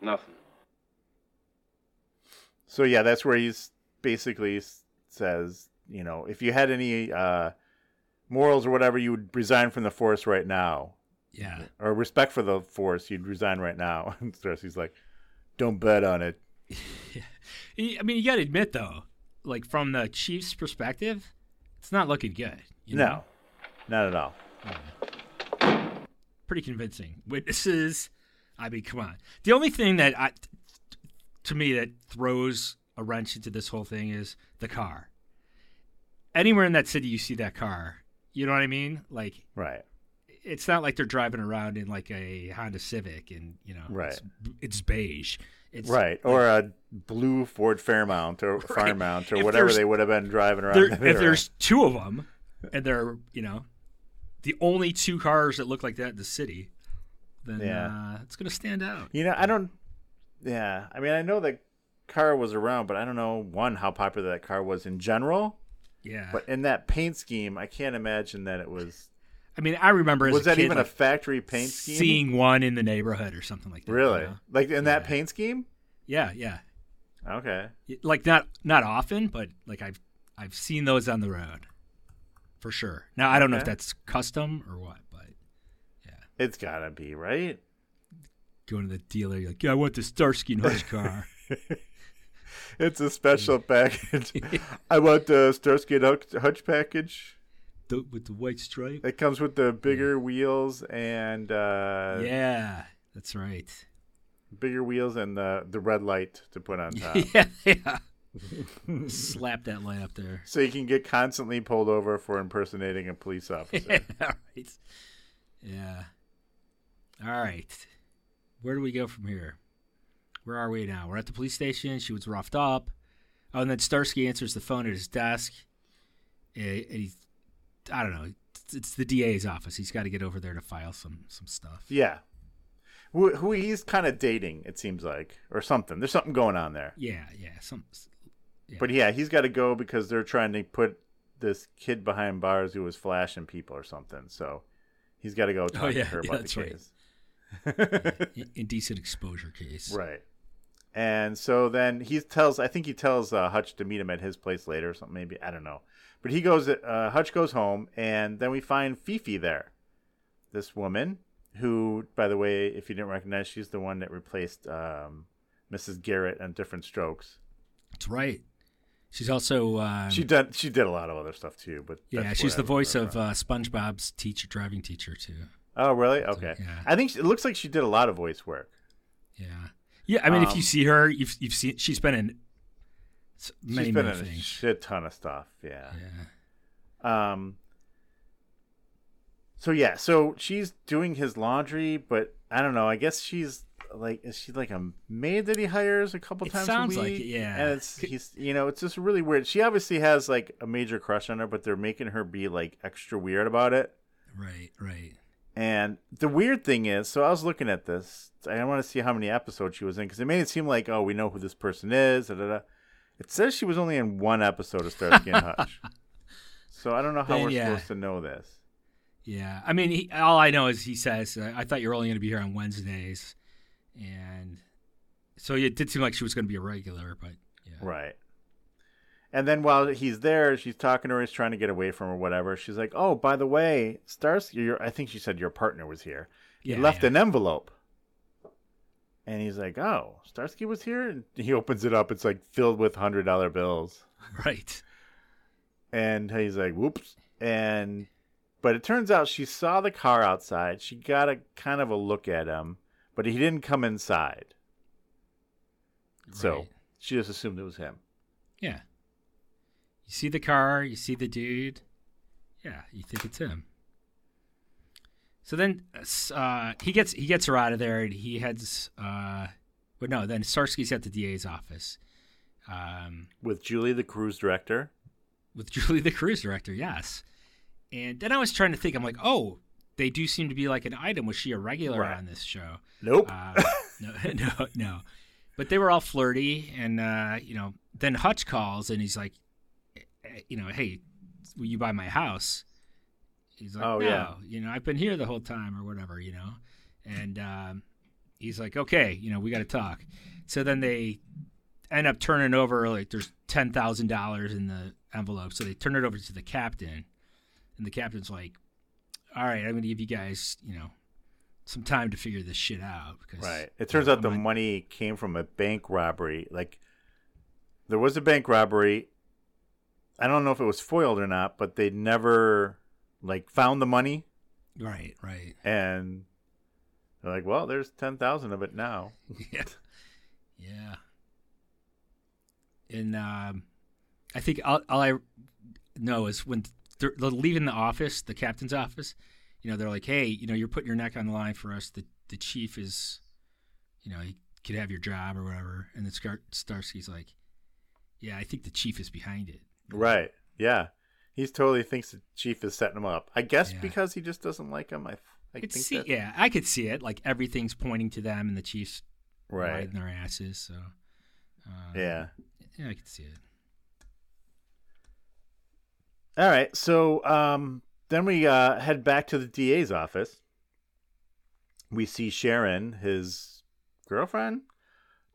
Nothing.
So yeah, that's where he's basically s- says, you know, if you had any uh, morals or whatever, you would resign from the force right now,
Yeah.
or respect for the force, you'd resign right now. And Cersei's like, don't bet on it.
I mean, you got to admit though, like from the Chiefs' perspective, it's not looking good. You know?
No, not at all.
pretty convincing. Witnesses, I mean, come on. The only thing that I, to me, that throws a wrench into this whole thing is the car. Anywhere in that city, you see that car. You know what I mean? Like,
Right.
it's not like they're driving around in like a Honda Civic and you know,
Right.
It's, it's beige. It's
Right. Or a blue Ford Fairmount or Farmount or
If
whatever
there's-
they would have been driving around.
there,
there.
if there's two of them, and they're you know, the only two cars that look like that in the city, then
Yeah.
uh, it's gonna stand out.
You know, I don't. Yeah, I mean, I know that car was around, but I don't know one how popular that car was in general.
Yeah.
But in that paint scheme, I can't imagine that it was.
I mean, I remember as
was
a
that
kid,
even
like,
a factory paint scheme?
seeing one in the neighborhood or something like that. you
really,
know?
like in that paint scheme?
Yeah, yeah.
Okay,
Y- Like not not often, but like I've I've seen those on the road for sure. Now I don't know if
Okay.
that's custom or what, but
it's gotta be right.
going to the dealer, you're like, yeah, I want the Starsky and Hutch car.
It's a special package. I want the Starsky and Hutch, Hutch package.
the, with the white stripe.
It comes with the bigger wheels and uh,
yeah, that's right.
bigger wheels and the the red light to put on top.
yeah, yeah. Slap that light up there.
so you can get constantly pulled over for impersonating a police officer.
All right. Yeah. All right. Where do we go from here? Where are we now? We're at the police station. She was roughed up. Oh, and then Starsky answers the phone at his desk. Eh, And he's, I don't know. It's- It's the DA's office. He's got to get over there to file some some stuff.
yeah. Who, who he's kind of dating, it seems like, or something. There's something going on there.
Yeah, yeah. Some.
But yeah, he's got to go because they're trying to put this kid behind bars who was flashing people or something. So he's got to go talk
Oh, yeah,
to her
yeah,
about
that's
the
right.
case.
i- indecent exposure case.
Right. And so then he tells, I think he tells uh, Hutch to meet him at his place later or something, maybe. I don't know. But he goes, uh, Hutch goes home, and then we find Fifi there. This woman, who, by the way, if you didn't recognize, she's the one that replaced um, Mrs. Garrett on Different Strokes.
That's right. She's also. Um,
She did, she did a lot of other stuff too, but
yeah,
that's
she's
what I
the voice
remember
of uh, SpongeBob's teacher, driving teacher too.
from. Oh, really? Okay.
yeah.
I think she, it looks like she did a lot of voice work.
Yeah, yeah. I mean, if
Um,
you see her, you've you've seen she's been in s- many
she's been
many
in a
things.
shit ton of stuff. Yeah.
yeah,
Um. So yeah, so she's doing his laundry, but I don't know. I guess she's like, is she like a maid that he hires a couple
It
times?
sounds
a
like
week?
it, yeah.
And it's he's, you know, it's just really weird. She obviously has like a major crush on her, but they're making her be like extra weird about it.
right, right.
And the weird thing is, so I was looking at this. I want to see how many episodes she was in because it made it seem like, oh, we know who this person is. Da, da, da. It says she was only in one episode of Starsky and Hutch. So I don't know how
Then,
we're
yeah.
supposed to know this.
Yeah, I mean, he, all I know is he says, "I I thought you were only going to be here on Wednesdays," and so it did seem like she was going to be a regular, but yeah,
Right. And then while he's there, she's talking to her. He's trying to get away from her, whatever. She's like, oh, by the way, Starsky, your, I think she said your partner was here.
yeah
he left
yeah.
an envelope. And he's like, oh, Starsky was here? And he opens it up. It's like filled with $100 bills.
right.
and he's like whoops and but it turns out she saw the car outside she got a kind of a look at him but he didn't come inside so
Right.
she just assumed it was him
yeah, you see the car, you see the dude, yeah, you think it's him. So then uh, s- uh, he gets he gets her out of there, and he heads. Uh, but no, then Starsky's at the DA's office um,
with julie the cruise director
with Julie, the cruise director. Yes, and then I was trying to think. I'm like, oh, they do seem to be like an item. Was she a regular
Right.
on this show?
nope
Uh, no, no, no. But they were all flirty, and uh, you know, then Hutch calls and he's like, eh, you know, hey, will you buy my house? He's like,
Oh,
oh
yeah.
yeah, you know, I've been here the whole time or whatever, you know, and um, he's like, okay, you know, we got to talk. So then they end up turning over like there's ten thousand dollars in the envelope, so they turn it over to the captain, and the captain's like, all right, I'm going to give you guys, you know, some time to figure this shit out because
Right. It turns out the
I'm
money came from a bank robbery. Like there was a bank robbery. I don't know if it was foiled or not, but they never like found the money
Right, right.
and they're like, "Well, there's 10,000 of it now."
Yeah. Yeah. And um, I think all, all I know is when they're, they're leaving the office, the captain's office, you know, they're like, hey, you know, you're putting your neck on the line for us. The, the chief is, you know, he could have your job or whatever. And then Scar- Starsky's like, yeah, I think the chief is behind it.
Right. Yeah. He totally thinks the chief is setting him up. I guess
Yeah.
because he just doesn't like him. I, I
I
think
could see,
that-
yeah, I could see it. Like everything's pointing to them, and the chief's
Right.
riding their asses. So, uh,
Yeah.
yeah, I could see it.
All right. So um, then we uh, head back to the DA's office. We see Sharon, his girlfriend,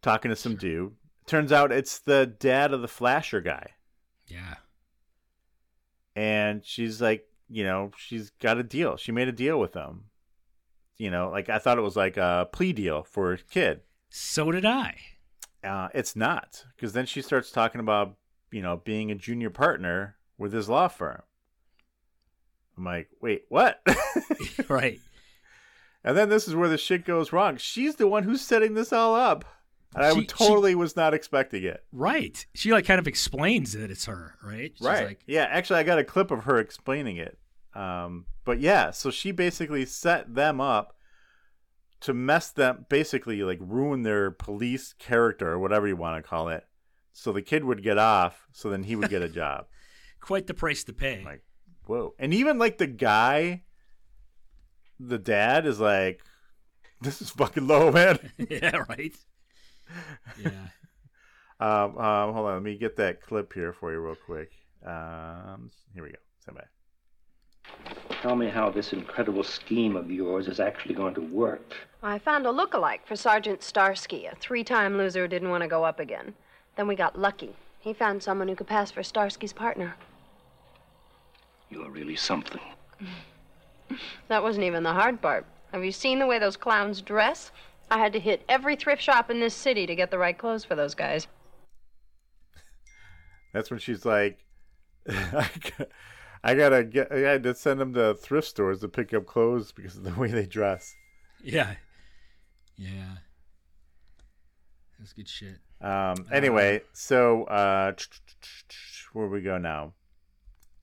talking to some dude. Turns out it's the dad of the flasher guy.
Yeah,
And she's like, you know, she's got a deal. She made a deal with him. You know, like I thought it was like a plea deal for a kid.
so did I.
Uh, it's not. Because then she starts talking about, you know, being a junior partner with his law firm. I'm like, wait, what?
right.
And then this is where the shit goes wrong. She's the one who's setting this all up. And I
She-
totally was not expecting it.
Right. She like kind of explains that it's her, right? She's Like,
yeah, actually, I got a clip of her explaining it. Um, but yeah, so she basically set them up to mess them, basically, like ruin their police character or whatever you want to call it. So the kid would get off, so then he would get a job.
Quite the price to pay.
like whoa and even like the guy the dad is like this is fucking low man
yeah. Right. Yeah.
um, um hold on let me get that clip here for you real quick um here we go stand by
Tell me how this incredible scheme of yours is actually going to work.
I found a lookalike for Sergeant Starsky, a three time loser who didn't want to go up again. Then we got lucky. He found someone who could pass for Starsky's partner.
You're really something.
That wasn't even the hard part. Have you seen the way those clowns dress? I had to hit every thrift shop in this city to get the right clothes for those guys.
that's when she's like I got- I gotta get. I had to send them to thrift stores to pick up clothes because of the way they dress.
Yeah. Yeah. That's good shit.
Um, anyway, so uh, where we go now?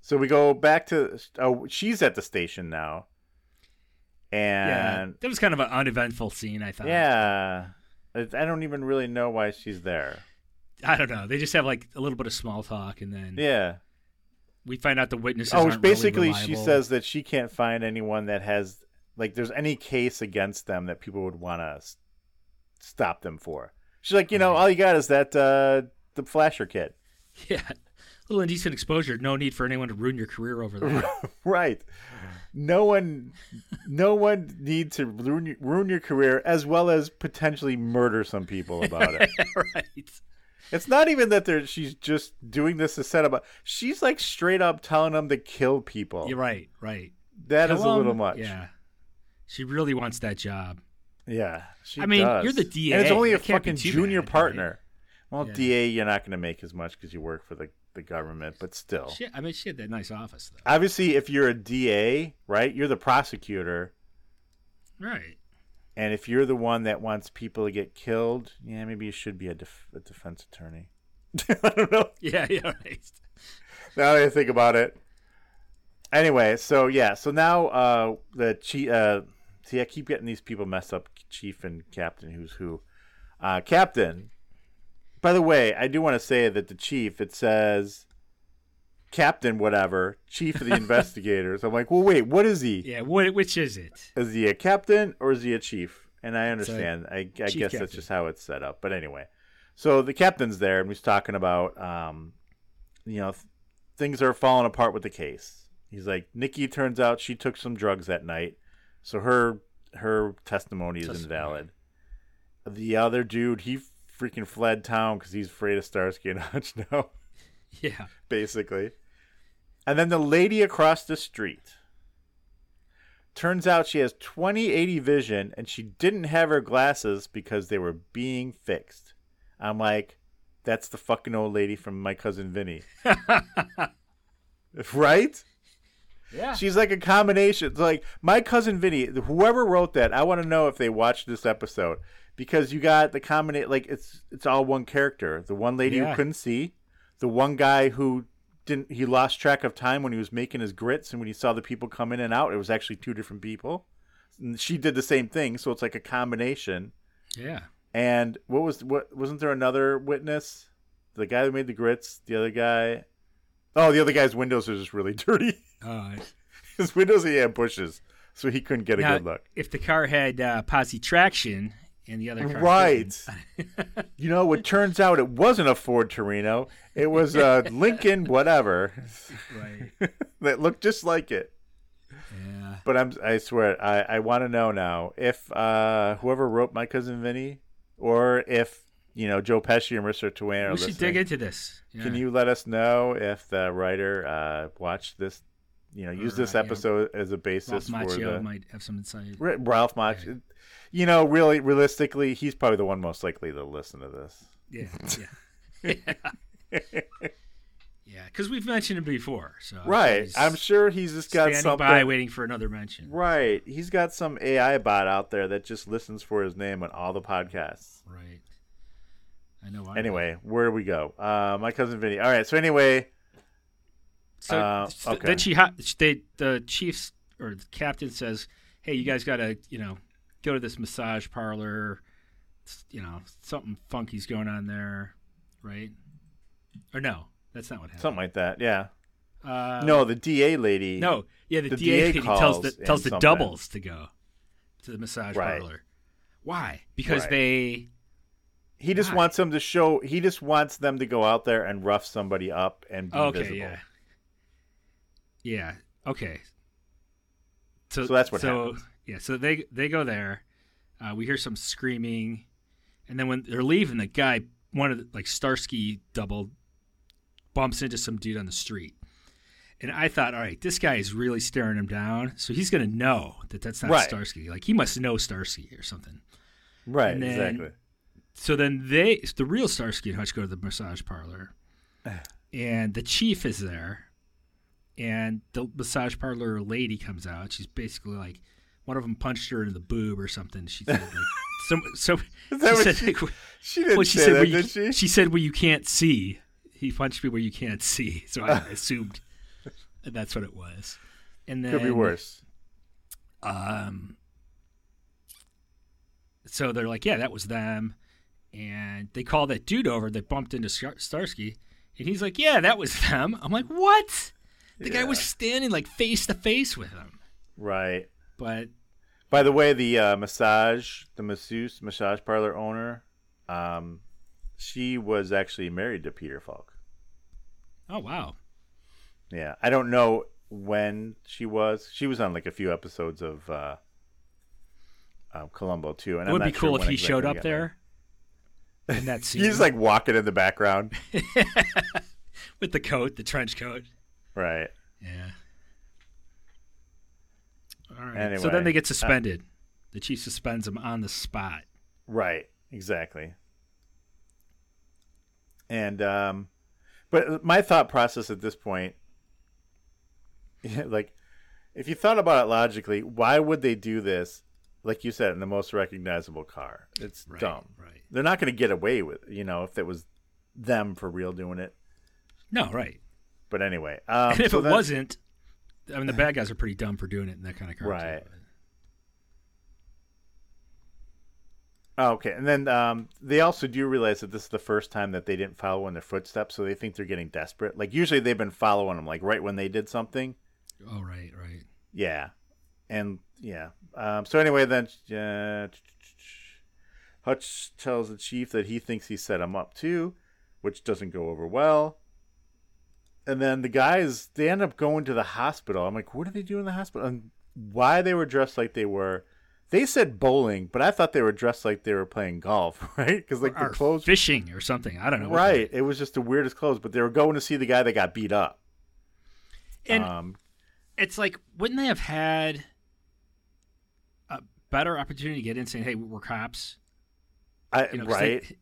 So we go back to. Oh, she's at the station now,
yeah.
and
That was kind of an uneventful scene, I thought.
yeah, I I don't even really know why she's there.
I don't know. They just have like a little bit of small talk, and then
Yeah.
we find out the witnesses.
Oh,
aren't really
basically, she
reliable.
says that she can't find anyone that has like there's any case against them that people would want to s- stop them for. She's like, you know, all you got is that uh, the flasher kid.
Yeah. A little indecent exposure. No need for anyone to ruin your career over that.
Right. No one, no one need to ruin your, ruin your career as well as potentially murder some people about it.
right.
It's not even that they're, she's just doing this to set up. A, she's like straight up telling them to kill people.
You're right. Right.
That is
Tell
a little
'em-
much.
Yeah. She really wants that job.
Yeah, she
I mean,
does.
you're the
And it's
DA.
only a
That can't be
fucking
too
junior
bad, right?
partner. Well,
Yeah.
DA, you're not going to make as much because you work for the, the government, but still.
She, I mean, she had that nice office, though.
Obviously, if you're a DA, right, you're the prosecutor.
Right.
And if you're the one that wants people to get killed, yeah, maybe you should be a, def- a defense attorney. I don't know.
Yeah, yeah, right.
Now that I think about it. Anyway, so yeah, so now uh, the chief. Uh, see, I keep getting these people messed up, chief and captain. Who's who? Uh, captain. By the way, I do want to say that the chief. It says. Captain, whatever, chief of the investigators. I'm like, well, wait, what is he?
Yeah, what, which is it?
Is he a captain or is he a chief? And I understand. I, I guess
captain.
that's just how it's set up. But anyway, so the captain's there, and he's talking about, um, you know, th- things are falling apart with the case. He's like, Nikki turns out she took some drugs that night, so her her testimony is
Testimony.
invalid. The other dude, he freaking fled town because he's afraid of Starsky and Hutch now,
Yeah.
basically. And then the lady across the street. Turns out she has 2080 vision and she didn't have her glasses because they were being fixed. I'm like, that's the fucking old lady from my cousin Vinny. right?
Yeah.
She's like a combination. it's Like my cousin Vinny, whoever wrote that, I want to know if they watched this episode because you got the combination. Like it's it's all one character. The one lady
Yeah.
who couldn't see, the one guy who didn't. He lost track of time when he was making his grits, and when he saw the people come in and out, it was actually two different people. And she did the same thing, so it's like a combination.
Yeah.
And what was what wasn't there another witness? The guy who made the grits, the other guy. Oh, the other guy's windows are just really dirty.
Uh,
His windows he had bushes, so he couldn't get a
now,
good look.
if the car had uh, posse traction and the other car
Right. you know, it turns out it wasn't a Ford Torino. It was a Lincoln whatever
didn't. right.
that looked just like it.
Yeah.
But I'm I swear I, I want to know now if uh, whoever wrote my cousin Vinny or if you know Joe Pesci or Mr. Twain are
We
listening.
should dig into this. Yeah.
Can you let us know if the writer uh, watched this, you know, use this
Right, yeah.
episode as a
Ralph
basis for
Macchio
the
might have some insight.
Ra- Ralph Max. You know, really, realistically, he's probably the one most likely to listen to this.
Yeah, yeah, yeah. Because we've mentioned him before, so
right.
Uh, he's
I'm sure he's just got
standing
something.
by, waiting for another mention.
Right. He's got some AI bot out there that just listens for his name on all the podcasts.
Right. I know. I
Anyway, where do we go? Uh, my cousin Vinny. All right. So anyway,
so
uh,
so
okay.
then she ha- they the chiefs or the captain says, "Hey, you guys got to you know go to this massage parlor. It's, you know something funky's going on there, right? Or no, that's not what happened.
something like that. Yeah.
Uh,
no, the DA lady.
No, yeah, the,
the
DA,
DA
lady tells the
calls and
tells the
something.
doubles to go to the massage
Right.
parlor. Why? Because
Right.
they
He just
Why?
wants them to show. He just wants them to go out there and rough somebody up and be
okay,
visible.
yeah, yeah, okay.
So that's what
so
happens.
yeah. So they they go there. Uh, we hear some screaming, and then when they're leaving, the guy one of the, like Starsky double bumps into some dude on the street. And I thought, all right, this guy is really staring him down, so he's going to know that that's not
Right.
Starsky. Like he must know Starsky or something.
Right.
And then-
Exactly.
so then they the real Starsky and Hutch go to the massage parlor, and the chief is there, and the massage parlor lady comes out. She's basically like, one of them punched her in the boob or something. She said like, some so
that
she
what
said,
she-
like,
She didn't
well, she
say
said
that,
where you,
did she?
said where you can't see. He punched me where you can't see. So I assumed that's what it was. And then
Could be worse.
um, so they're like, yeah, that was them. And they call that dude over that bumped into Star- Starsky. And he's like, yeah, that was them. I'm like, what? The guy was standing like face to face with him.
Right.
But
By the way, the uh, massage, the masseuse, massage parlor owner, um, she was actually married to Peter Falk.
oh wow,
Yeah, I don't know when she was. She was on like a few episodes of uh, um, Columbo too. And
it
I'm
would be
not sure
cool if
when
he
exactly
showed
they
up
got
there. In that
married.
scene,
He's like walking in the background.
with the coat, the trench coat.
right.
Yeah. All right. so
Anyway,
then they get
uh,
suspended. the chief suspends him on the spot.
Right. Exactly. And um, but my thought process at this point, like, if you thought about it logically, why would they do this? Like you said, in the most recognizable car, it's
Right,
dumb.
right.
They're not going to get away with, you know, if it was them for real doing it.
No, right.
But anyway, um,
and if
so
it
then-
wasn't, I mean, the bad guys are pretty dumb for doing it in that kind of car. too.
Right. Oh, okay. And then um, they also do realize that this is the first time that they didn't follow in their footsteps, so they think they're getting desperate. Like usually they've been following them, like right when they did something.
Oh, right, right.
Yeah. and yeah. Um, so anyway, then uh, Hutch tells the chief that he thinks he set him up too, which doesn't go over well. And then the guys they end up going to the hospital. I'm like, what do they do in the hospital? And why they were dressed like they were? They said bowling, but I thought they were dressed like they were playing golf, right? Because like
Or
the clothes,
fishing or something. I don't know. what the-
right? It was just the weirdest clothes. But they were going to see the guy that got beat up.
And
um,
it's like, wouldn't they have had a better opportunity to get in saying, "Hey, we're cops,"
I,
you know, 'cause
right.
they-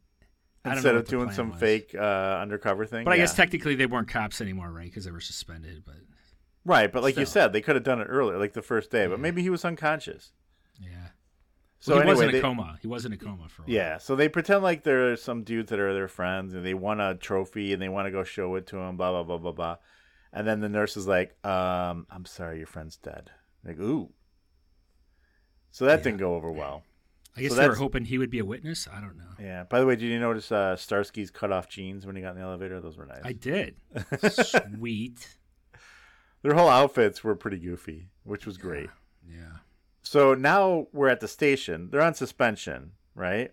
I don't
Instead
know what
of
the
doing
plan
some
was.
fake uh, undercover thing.
But I
yeah.
guess technically they weren't cops anymore, right? Because they were suspended. But
Right, but like you
Still.
said, they could have done it earlier, like the first day. But maybe he was unconscious.
yeah,
So
Well, he
anyway,
was in a
they-
coma. He was in a coma for a while.
yeah. So they pretend like there are some dudes that are their friends, and they want a trophy, and they want to go show it to him. Blah blah blah blah blah. And then the nurse is like, um, "I'm sorry, your friend's dead." Like, ooh. So that didn't go over well.
I guess
So
they were
that's-
hoping he would be a witness. I don't know.
Yeah. By the way, did you notice uh, Starsky's cut off jeans when he got in the elevator? Those were nice.
I did. Sweet.
Their whole outfits were pretty goofy, which was great.
Yeah.
So now we're at the station. They're on suspension, right?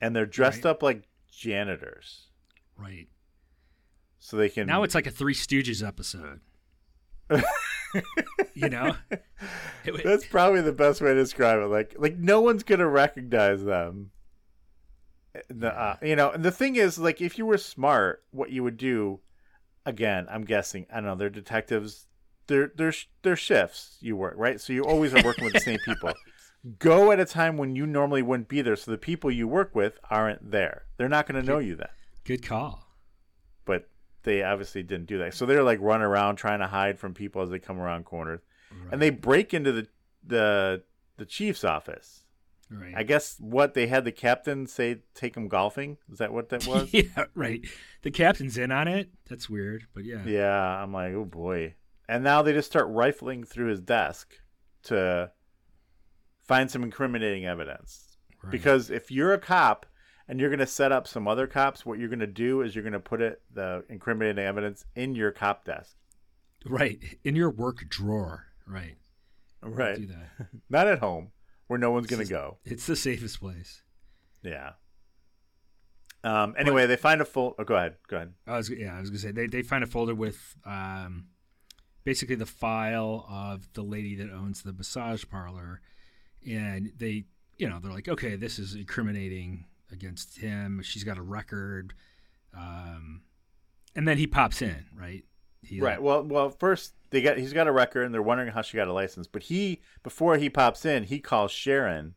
And they're dressed
Right.
up like janitors,
Right.
so they can.
Now it's like a Three Stooges episode. you know? It wa-
that's probably the best way to describe it. Like, like no one's gonna recognize them. Uh, the- uh, you know, and the thing is, like, if you were smart, what you would do. Again, I'm guessing. I don't know. They're detectives. They're they're sh- they're shifts. You work right, so you always are working with the same people. Go at a time when you normally wouldn't be there, so the people you work with aren't there. They're not going to know you then.
Good call.
but they obviously didn't do that. So they're like run around trying to hide from people as they come around corners, and they break into the the the chief's office.
Right.
I guess what they had the captain say, take him golfing. Is that what that was?
yeah, right. The captain's in on it. That's weird, but yeah.
yeah, I'm like, oh boy. And now they just start rifling through his desk to find some incriminating evidence.
Right.
Because if you're a cop and you're going to set up some other cops, what you're going to do is you're going to put it the incriminating evidence in your cop desk.
Right. In your work drawer. Right.
Right.
Do that.
not at home where no one's going
This
to
is-
go.
It's the safest place.
Yeah. Um, anyway, they find a full. Oh, go ahead. Go ahead.
I was yeah, I was gonna say they, they find a folder with um, basically the file of the lady that owns the massage parlor, and they you know they're like okay this is incriminating against him. She's got a record, um, and then he pops in right. He,
Right. Well, well, first they got he's got a record, and they're wondering how she got a license. But he, before he pops in, he calls Sharon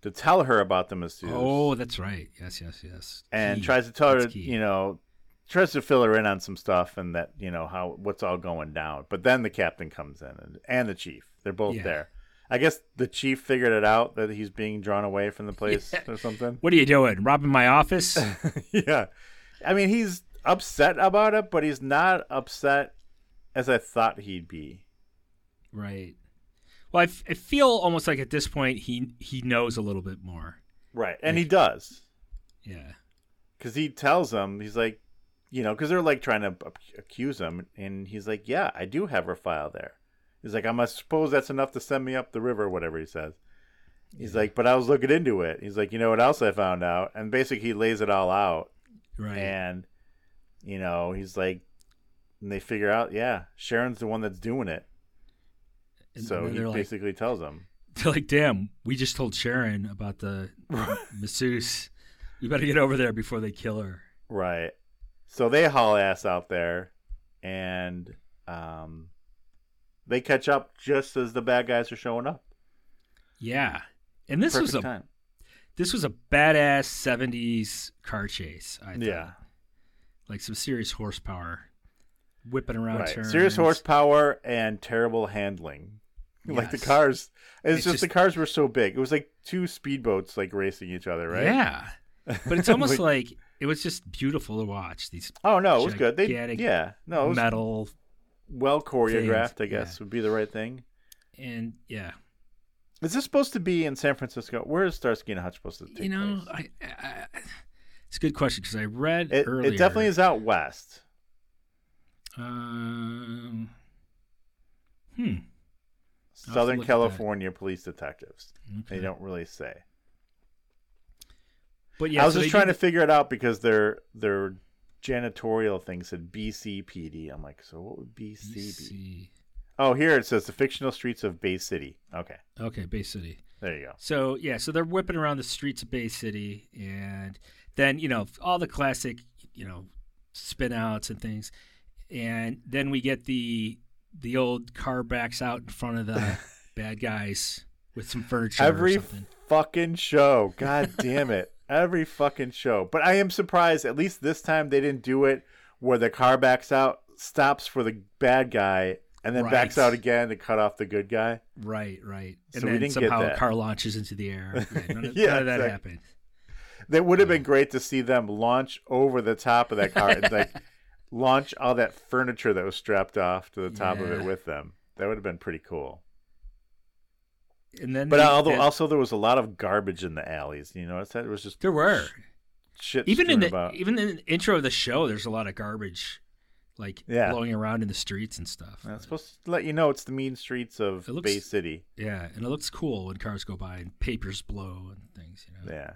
to tell her about the masseuse.
oh, that's right. Yes, yes, yes.
and
Key.
tries to tell her,
That's key.
you know, tries to fill her in on some stuff and that you know how what's all going down. But then the captain comes in and, and the chief. They're both
Yeah.
there. I guess the chief figured it out that he's being drawn away from the place or something.
What are you doing? Robbing my office?
yeah. I mean, he's upset about it, but he's not upset as I thought he'd be.
right. Well, I, f- I feel almost like at this point he he knows a little bit more.
Right. And he does.
Yeah.
Because he tells him, he's like, you know, because they're like trying to ac- accuse him. And he's like, yeah, I do have her file there. He's like, I must suppose that's enough to send me up the river, whatever he says. He's like, but I was looking into it. He's like, you know what else I found out? And basically, he lays it all out.
Right.
And, you know, he's like, and they figure out, yeah, Sharon's the one that's doing it.
And
so
then
he
they're like,
basically tells him,
they're like, "Damn, we just told Sharon about the masseuse. We better get over there before they kill her."
right? So they haul ass out there, and um, they catch up just as the bad guys are showing up.
Yeah, and this
Perfect
was a
time.
this was a badass '70s car chase. I thought.
Yeah,
like some serious horsepower, whipping around
right.
turns.
Serious horsepower and terrible handling. Like the
Yes.
cars, it's,
It's
just, the
just-
cars were so big. It was like two speedboats like racing each other, right?
Yeah, but it's almost like, it was just beautiful to watch these
Oh no, it was good. They
Gigantic
yeah, no, it was
metal
well choreographed. I
things,
guess
yeah.
would be the right thing.
and yeah.
Is this supposed to be in San Francisco? Where is Starsky and Hutch supposed to take
You know,
place?
I, I, I- it's a good question because I read
It,
earlier.
it definitely is out west.
Um, hmm. I'll have to
Southern
look at that.
California police detectives. They don't really say.
But yeah,
I was
so
just
they
trying
did-
to figure it out because their their janitorial thing said BCPD. I'm like, so what would BC be?
see.
Oh, here it says the fictional streets of Bay City. Okay,
Okay, Bay City.
there you go.
So yeah, so they're whipping around the streets of Bay City, and then you know all the classic, you know, spin outs and things, and then we get the the old car backs out in front of the bad guys with some furniture or
Every
something.
fucking show. God damn it. Every fucking show. But I am surprised. At least this time they didn't do it where the car backs out, stops for the bad guy, and then backs
Right.
out again to cut off the good guy.
Right, right. And
So we
then
didn't get
somehow
that.
a car launches into the air. Yeah, none of,
Yeah,
none of that
exactly.
happened.
That would have been great to see them launch over the top of that car and like launch all that furniture that was strapped off to the top of it
Yeah.
with them. That would have been pretty cool.
And then
But
they-
although
that-
also there was a lot of garbage in the alleys. You notice that? It was just
there were
shit
even
strewn
in the e
about.
even in the intro of the show, there's a lot of garbage, like
Yeah.
blowing around in the streets and stuff.
I'm supposed to let you know it's the mean streets of
It looks-
Bay City.
Yeah, and it looks cool when cars go by and papers blow and things, you know.
Yeah.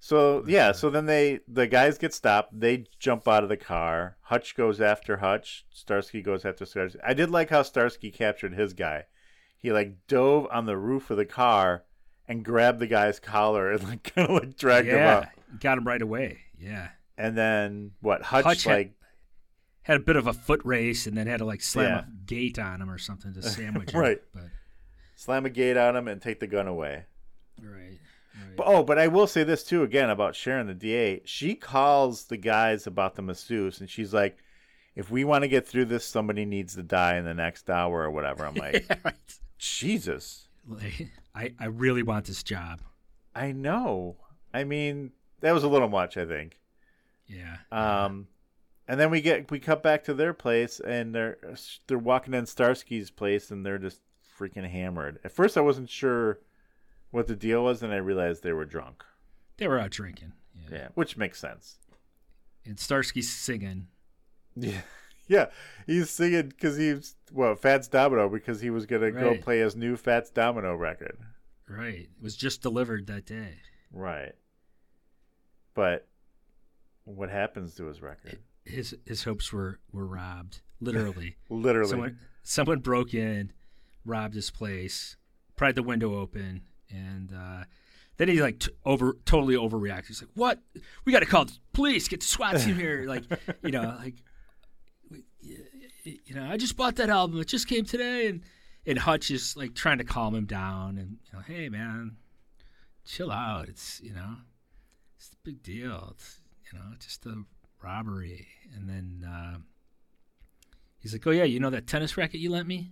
So yeah, so then they the guys get stopped. They jump out of the car. Hutch goes after Hutch. Starsky goes after Starsky. I did like how Starsky captured his guy. He like dove on the roof of the car and grabbed the guy's collar and like kind of like dragged him up.
got him right away. Yeah,
And then what? Hutch,
Hutch had-
like
had a bit of a foot race and then had to like slam
Yeah.
a gate on him or something to sandwich him.
Right.
But
slam a gate on him and take the gun away.
right, right.
But, oh, but I will say this too again about Sharon the DA. She calls the guys about the masseuse and she's like, if we want to get through this, somebody needs to die in the next hour or whatever. I'm like,
Yeah, right.
Jesus.
Like, I I really want this job.
I know. I mean, that was a little much, I think.
Yeah.
Um, and then we get we cut back to their place and they're they're walking in Starsky's place and they're just freaking hammered. At first, I wasn't sure what the deal was, and I realized they were drunk.
They were out drinking. Yeah.
Yeah, which makes sense.
And Starsky's singing.
Yeah. Yeah, he's singing because he's well, Fats Domino because he was gonna go
Right.
play his new Fats Domino record.
Right. It was just delivered that day.
Right. But what happens to his record?
His his hopes were were robbed, literally.
Literally,
Someone someone broke in, robbed his place, pried the window open, and uh, then he like t- over totally overreacted. He's like, "What? We got to call the police. Get the SWAT team here." Like, you know, like we- you know, I just bought that album. It just came today, and and Hutch is like trying to calm him down, and you know, hey man, chill out. It's you know, it's a big deal. It's you know, just a robbery, and then. Uh, He's like, "Oh yeah, you know that tennis racket you lent me?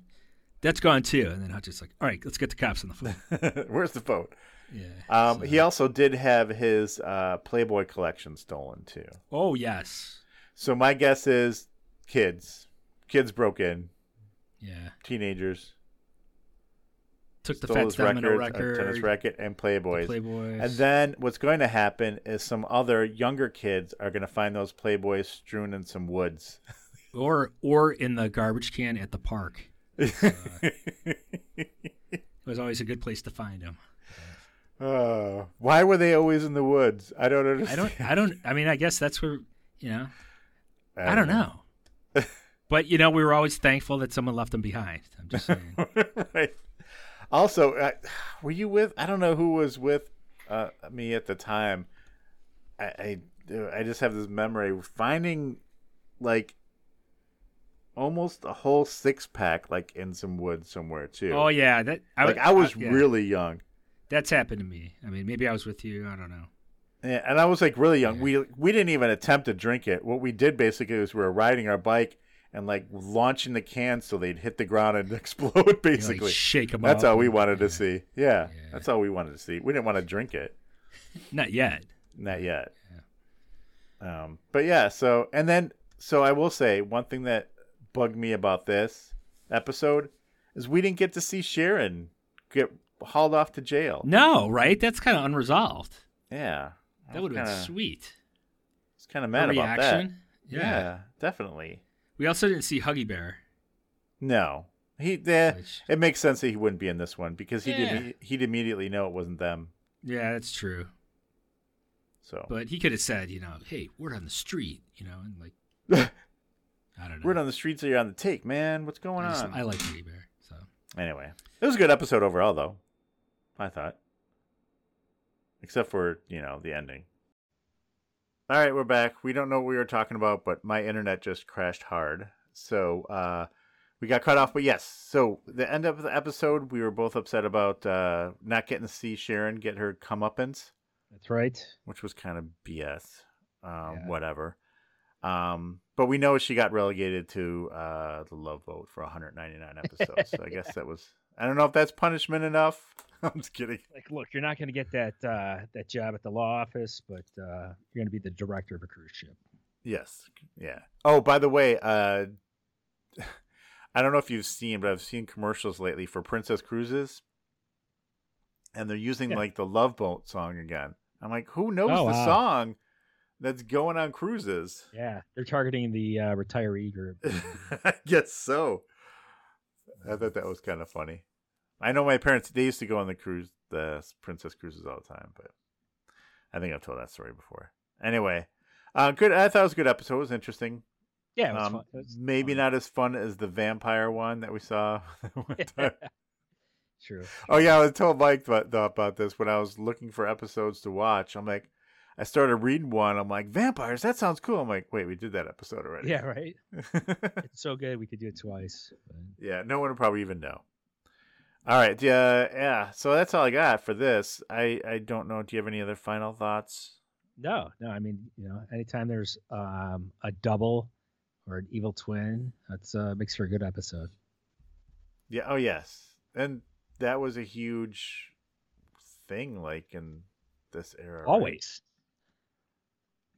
That's gone too." And then Hutch is like, "All right, let's get the cops on the phone."
where's the phone?
Yeah.
Um,
so-
He also did have his uh, Playboy collection stolen too.
Oh yes.
So my guess is kids, kids broke in,
Yeah.
teenagers
Took the
stole
Fats
his
Domino
record,
record,
a tennis racket, and Playboys.
Playboys.
And then what's going to happen is some other younger kids are going to find those Playboys strewn in some woods.
or or in the garbage can at the park. It was always a good place to find him.
oh, why were they always in the woods? I don't
I
understand.
don't. I don't. I mean, I guess that's where you know. I don't know. But you know, we were always thankful that someone left him behind. I'm just saying.
right. Also, uh, were you with? I don't know who was with uh, me at the time. I, I I just have this memory of finding like almost a whole six pack like in some woods somewhere too.
oh yeah, that I,
like I was
yeah,
really young.
That's happened to me. I mean, maybe I was with you. I don't know.
Yeah, and I was like really young. We we didn't even attempt to drink it. What we did basically was we were riding our bike and like launching the cans so they'd hit the ground and explode.
You know, like,
Basically,
shake him
that's
up.
all we wanted to see. Yeah, that's all we wanted to see. We didn't want to drink it,
Not yet.
not yet. Um, but yeah, so and then so I will say one thing that bugged me about this episode is we didn't get to see Sharon get hauled off to jail.
No, right? That's kind of unresolved.
Yeah,
That would have been
kinda-
sweet.
was kind of
A
mad about that.
reaction. Yeah.
yeah, definitely.
We also didn't see Huggy Bear.
No. He there.
Which-
It makes sense that he wouldn't be in this one because he
Yeah.
did. He'd immediately know it wasn't them.
Yeah, that's true.
So
But he could have said, you know, hey, word on the street, you know, and like, I don't know.
word on the streets that you're on the take, man. What's going
I, just-
on?
I like Teddy Bear. So
Anyway, it was a good episode overall, though. I thought, except for you know the ending. All right, we're back. We don't know what we were talking about, but my internet just crashed hard, so uh, we got cut off. But yes, so the end of the episode, we were both upset about uh, not getting to see Sharon get her comeuppance
That's right.
which was kind of BS. Um,
Yeah.
Whatever. Um, but we know she got relegated to uh, the love boat for 199 episodes. So I guess that was. I don't know if that's punishment enough. I'm just kidding.
Like, look, you're not going to get that uh, that job at the law office, but uh, you're going to be the director of a cruise ship.
Yes. Yeah. Oh, by the way, uh, I don't know if you've seen, but I've seen commercials lately for Princess Cruises, and they're using
Yeah.
like the Love Boat song again. I'm like, who knows
Oh,
the
wow.
song that's going on cruises?
Yeah, they're targeting the uh, retiree group.
I guess so. I thought that was kind of funny. I know my parents; they used to go on the cruise, the Princess Cruises, all the time. But I think I've told that story before. Anyway, uh, good. I thought it was a good episode. It was interesting.
Yeah, it was
Um,
fun. It was
maybe
fun.
not as fun as the vampire one that we saw. that one time.
True.
Oh yeah, I was told Mike about, about this when I was looking for episodes to watch. I'm like, I started reading one. I'm like, vampires. That sounds cool. I'm like, wait, we did that episode already.
Yeah, right.
Yeah.
It's so good we could do it twice. but-
Yeah, no one would probably even know. All right, yeah, yeah. So that's all I got for this. I I don't know. Do you have any other final thoughts?
No, no. I mean, you know, anytime there's um, a double or an evil twin, that's uh, makes for a good episode.
Yeah. Oh yes, and that was a huge thing, like in this era. right?
Always.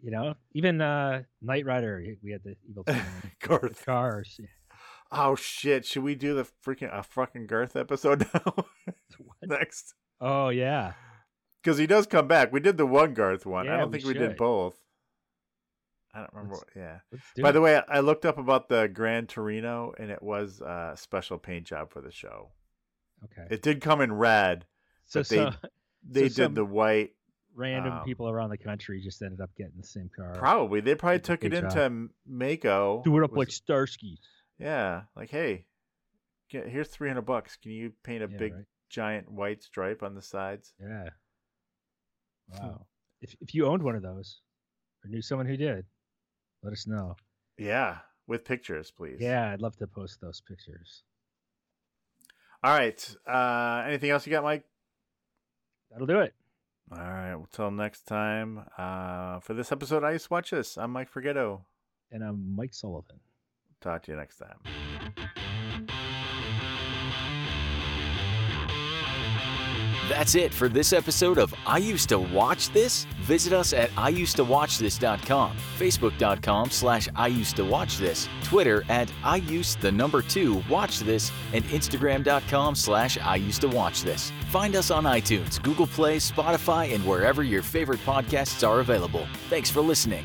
You know, even uh, Knight Rider, we had the evil twin.
Garth.
Cars.
Oh shit! Should we do the freaking a fucking Garth episode now? Next,
Oh yeah.
because he does come back. We did the one Garth one. I
Yeah,
don't
we
think we, did
should.
both. I don't remember.
Let's-
what- yeah.
Let's do
By
it.
the way, I looked up about the Grand Torino, and it was a special paint job for the show.
okay.
It did come in red.
so
but they-
some
They did
some-
the white.
random
um,
people around the country just ended up getting the same car.
Probably they probably
Uh, Did the
took it
paint
into
job.
M- Mako.
Do it up
was-
like Starsky.
yeah, like hey, get, here's three hundred bucks. Can you paint a
Yeah,
big
right.
giant white stripe on the sides?
Yeah. Wow. if if you owned one of those or knew someone who did, let us know.
Yeah, with pictures, please.
Yeah, I'd love to post those pictures.
All right. Uh, anything else you got, Mike?
That'll do it.
All right. Until next time. Uh, for this episode, I used to watch this. I'm Mike Forgetto.
And I'm Mike Sullivan.
Talk to you next time.
That's it for this episode of I Used to Watch This. Visit us at iusedtowatchthis.com, facebook.com slash I Used to Watch This, Twitter at I Used the number two Watch This, and instagram.com slash I Used to Watch This. Find us on iTunes, Google Play, Spotify, and wherever your favorite podcasts are available. Thanks for listening.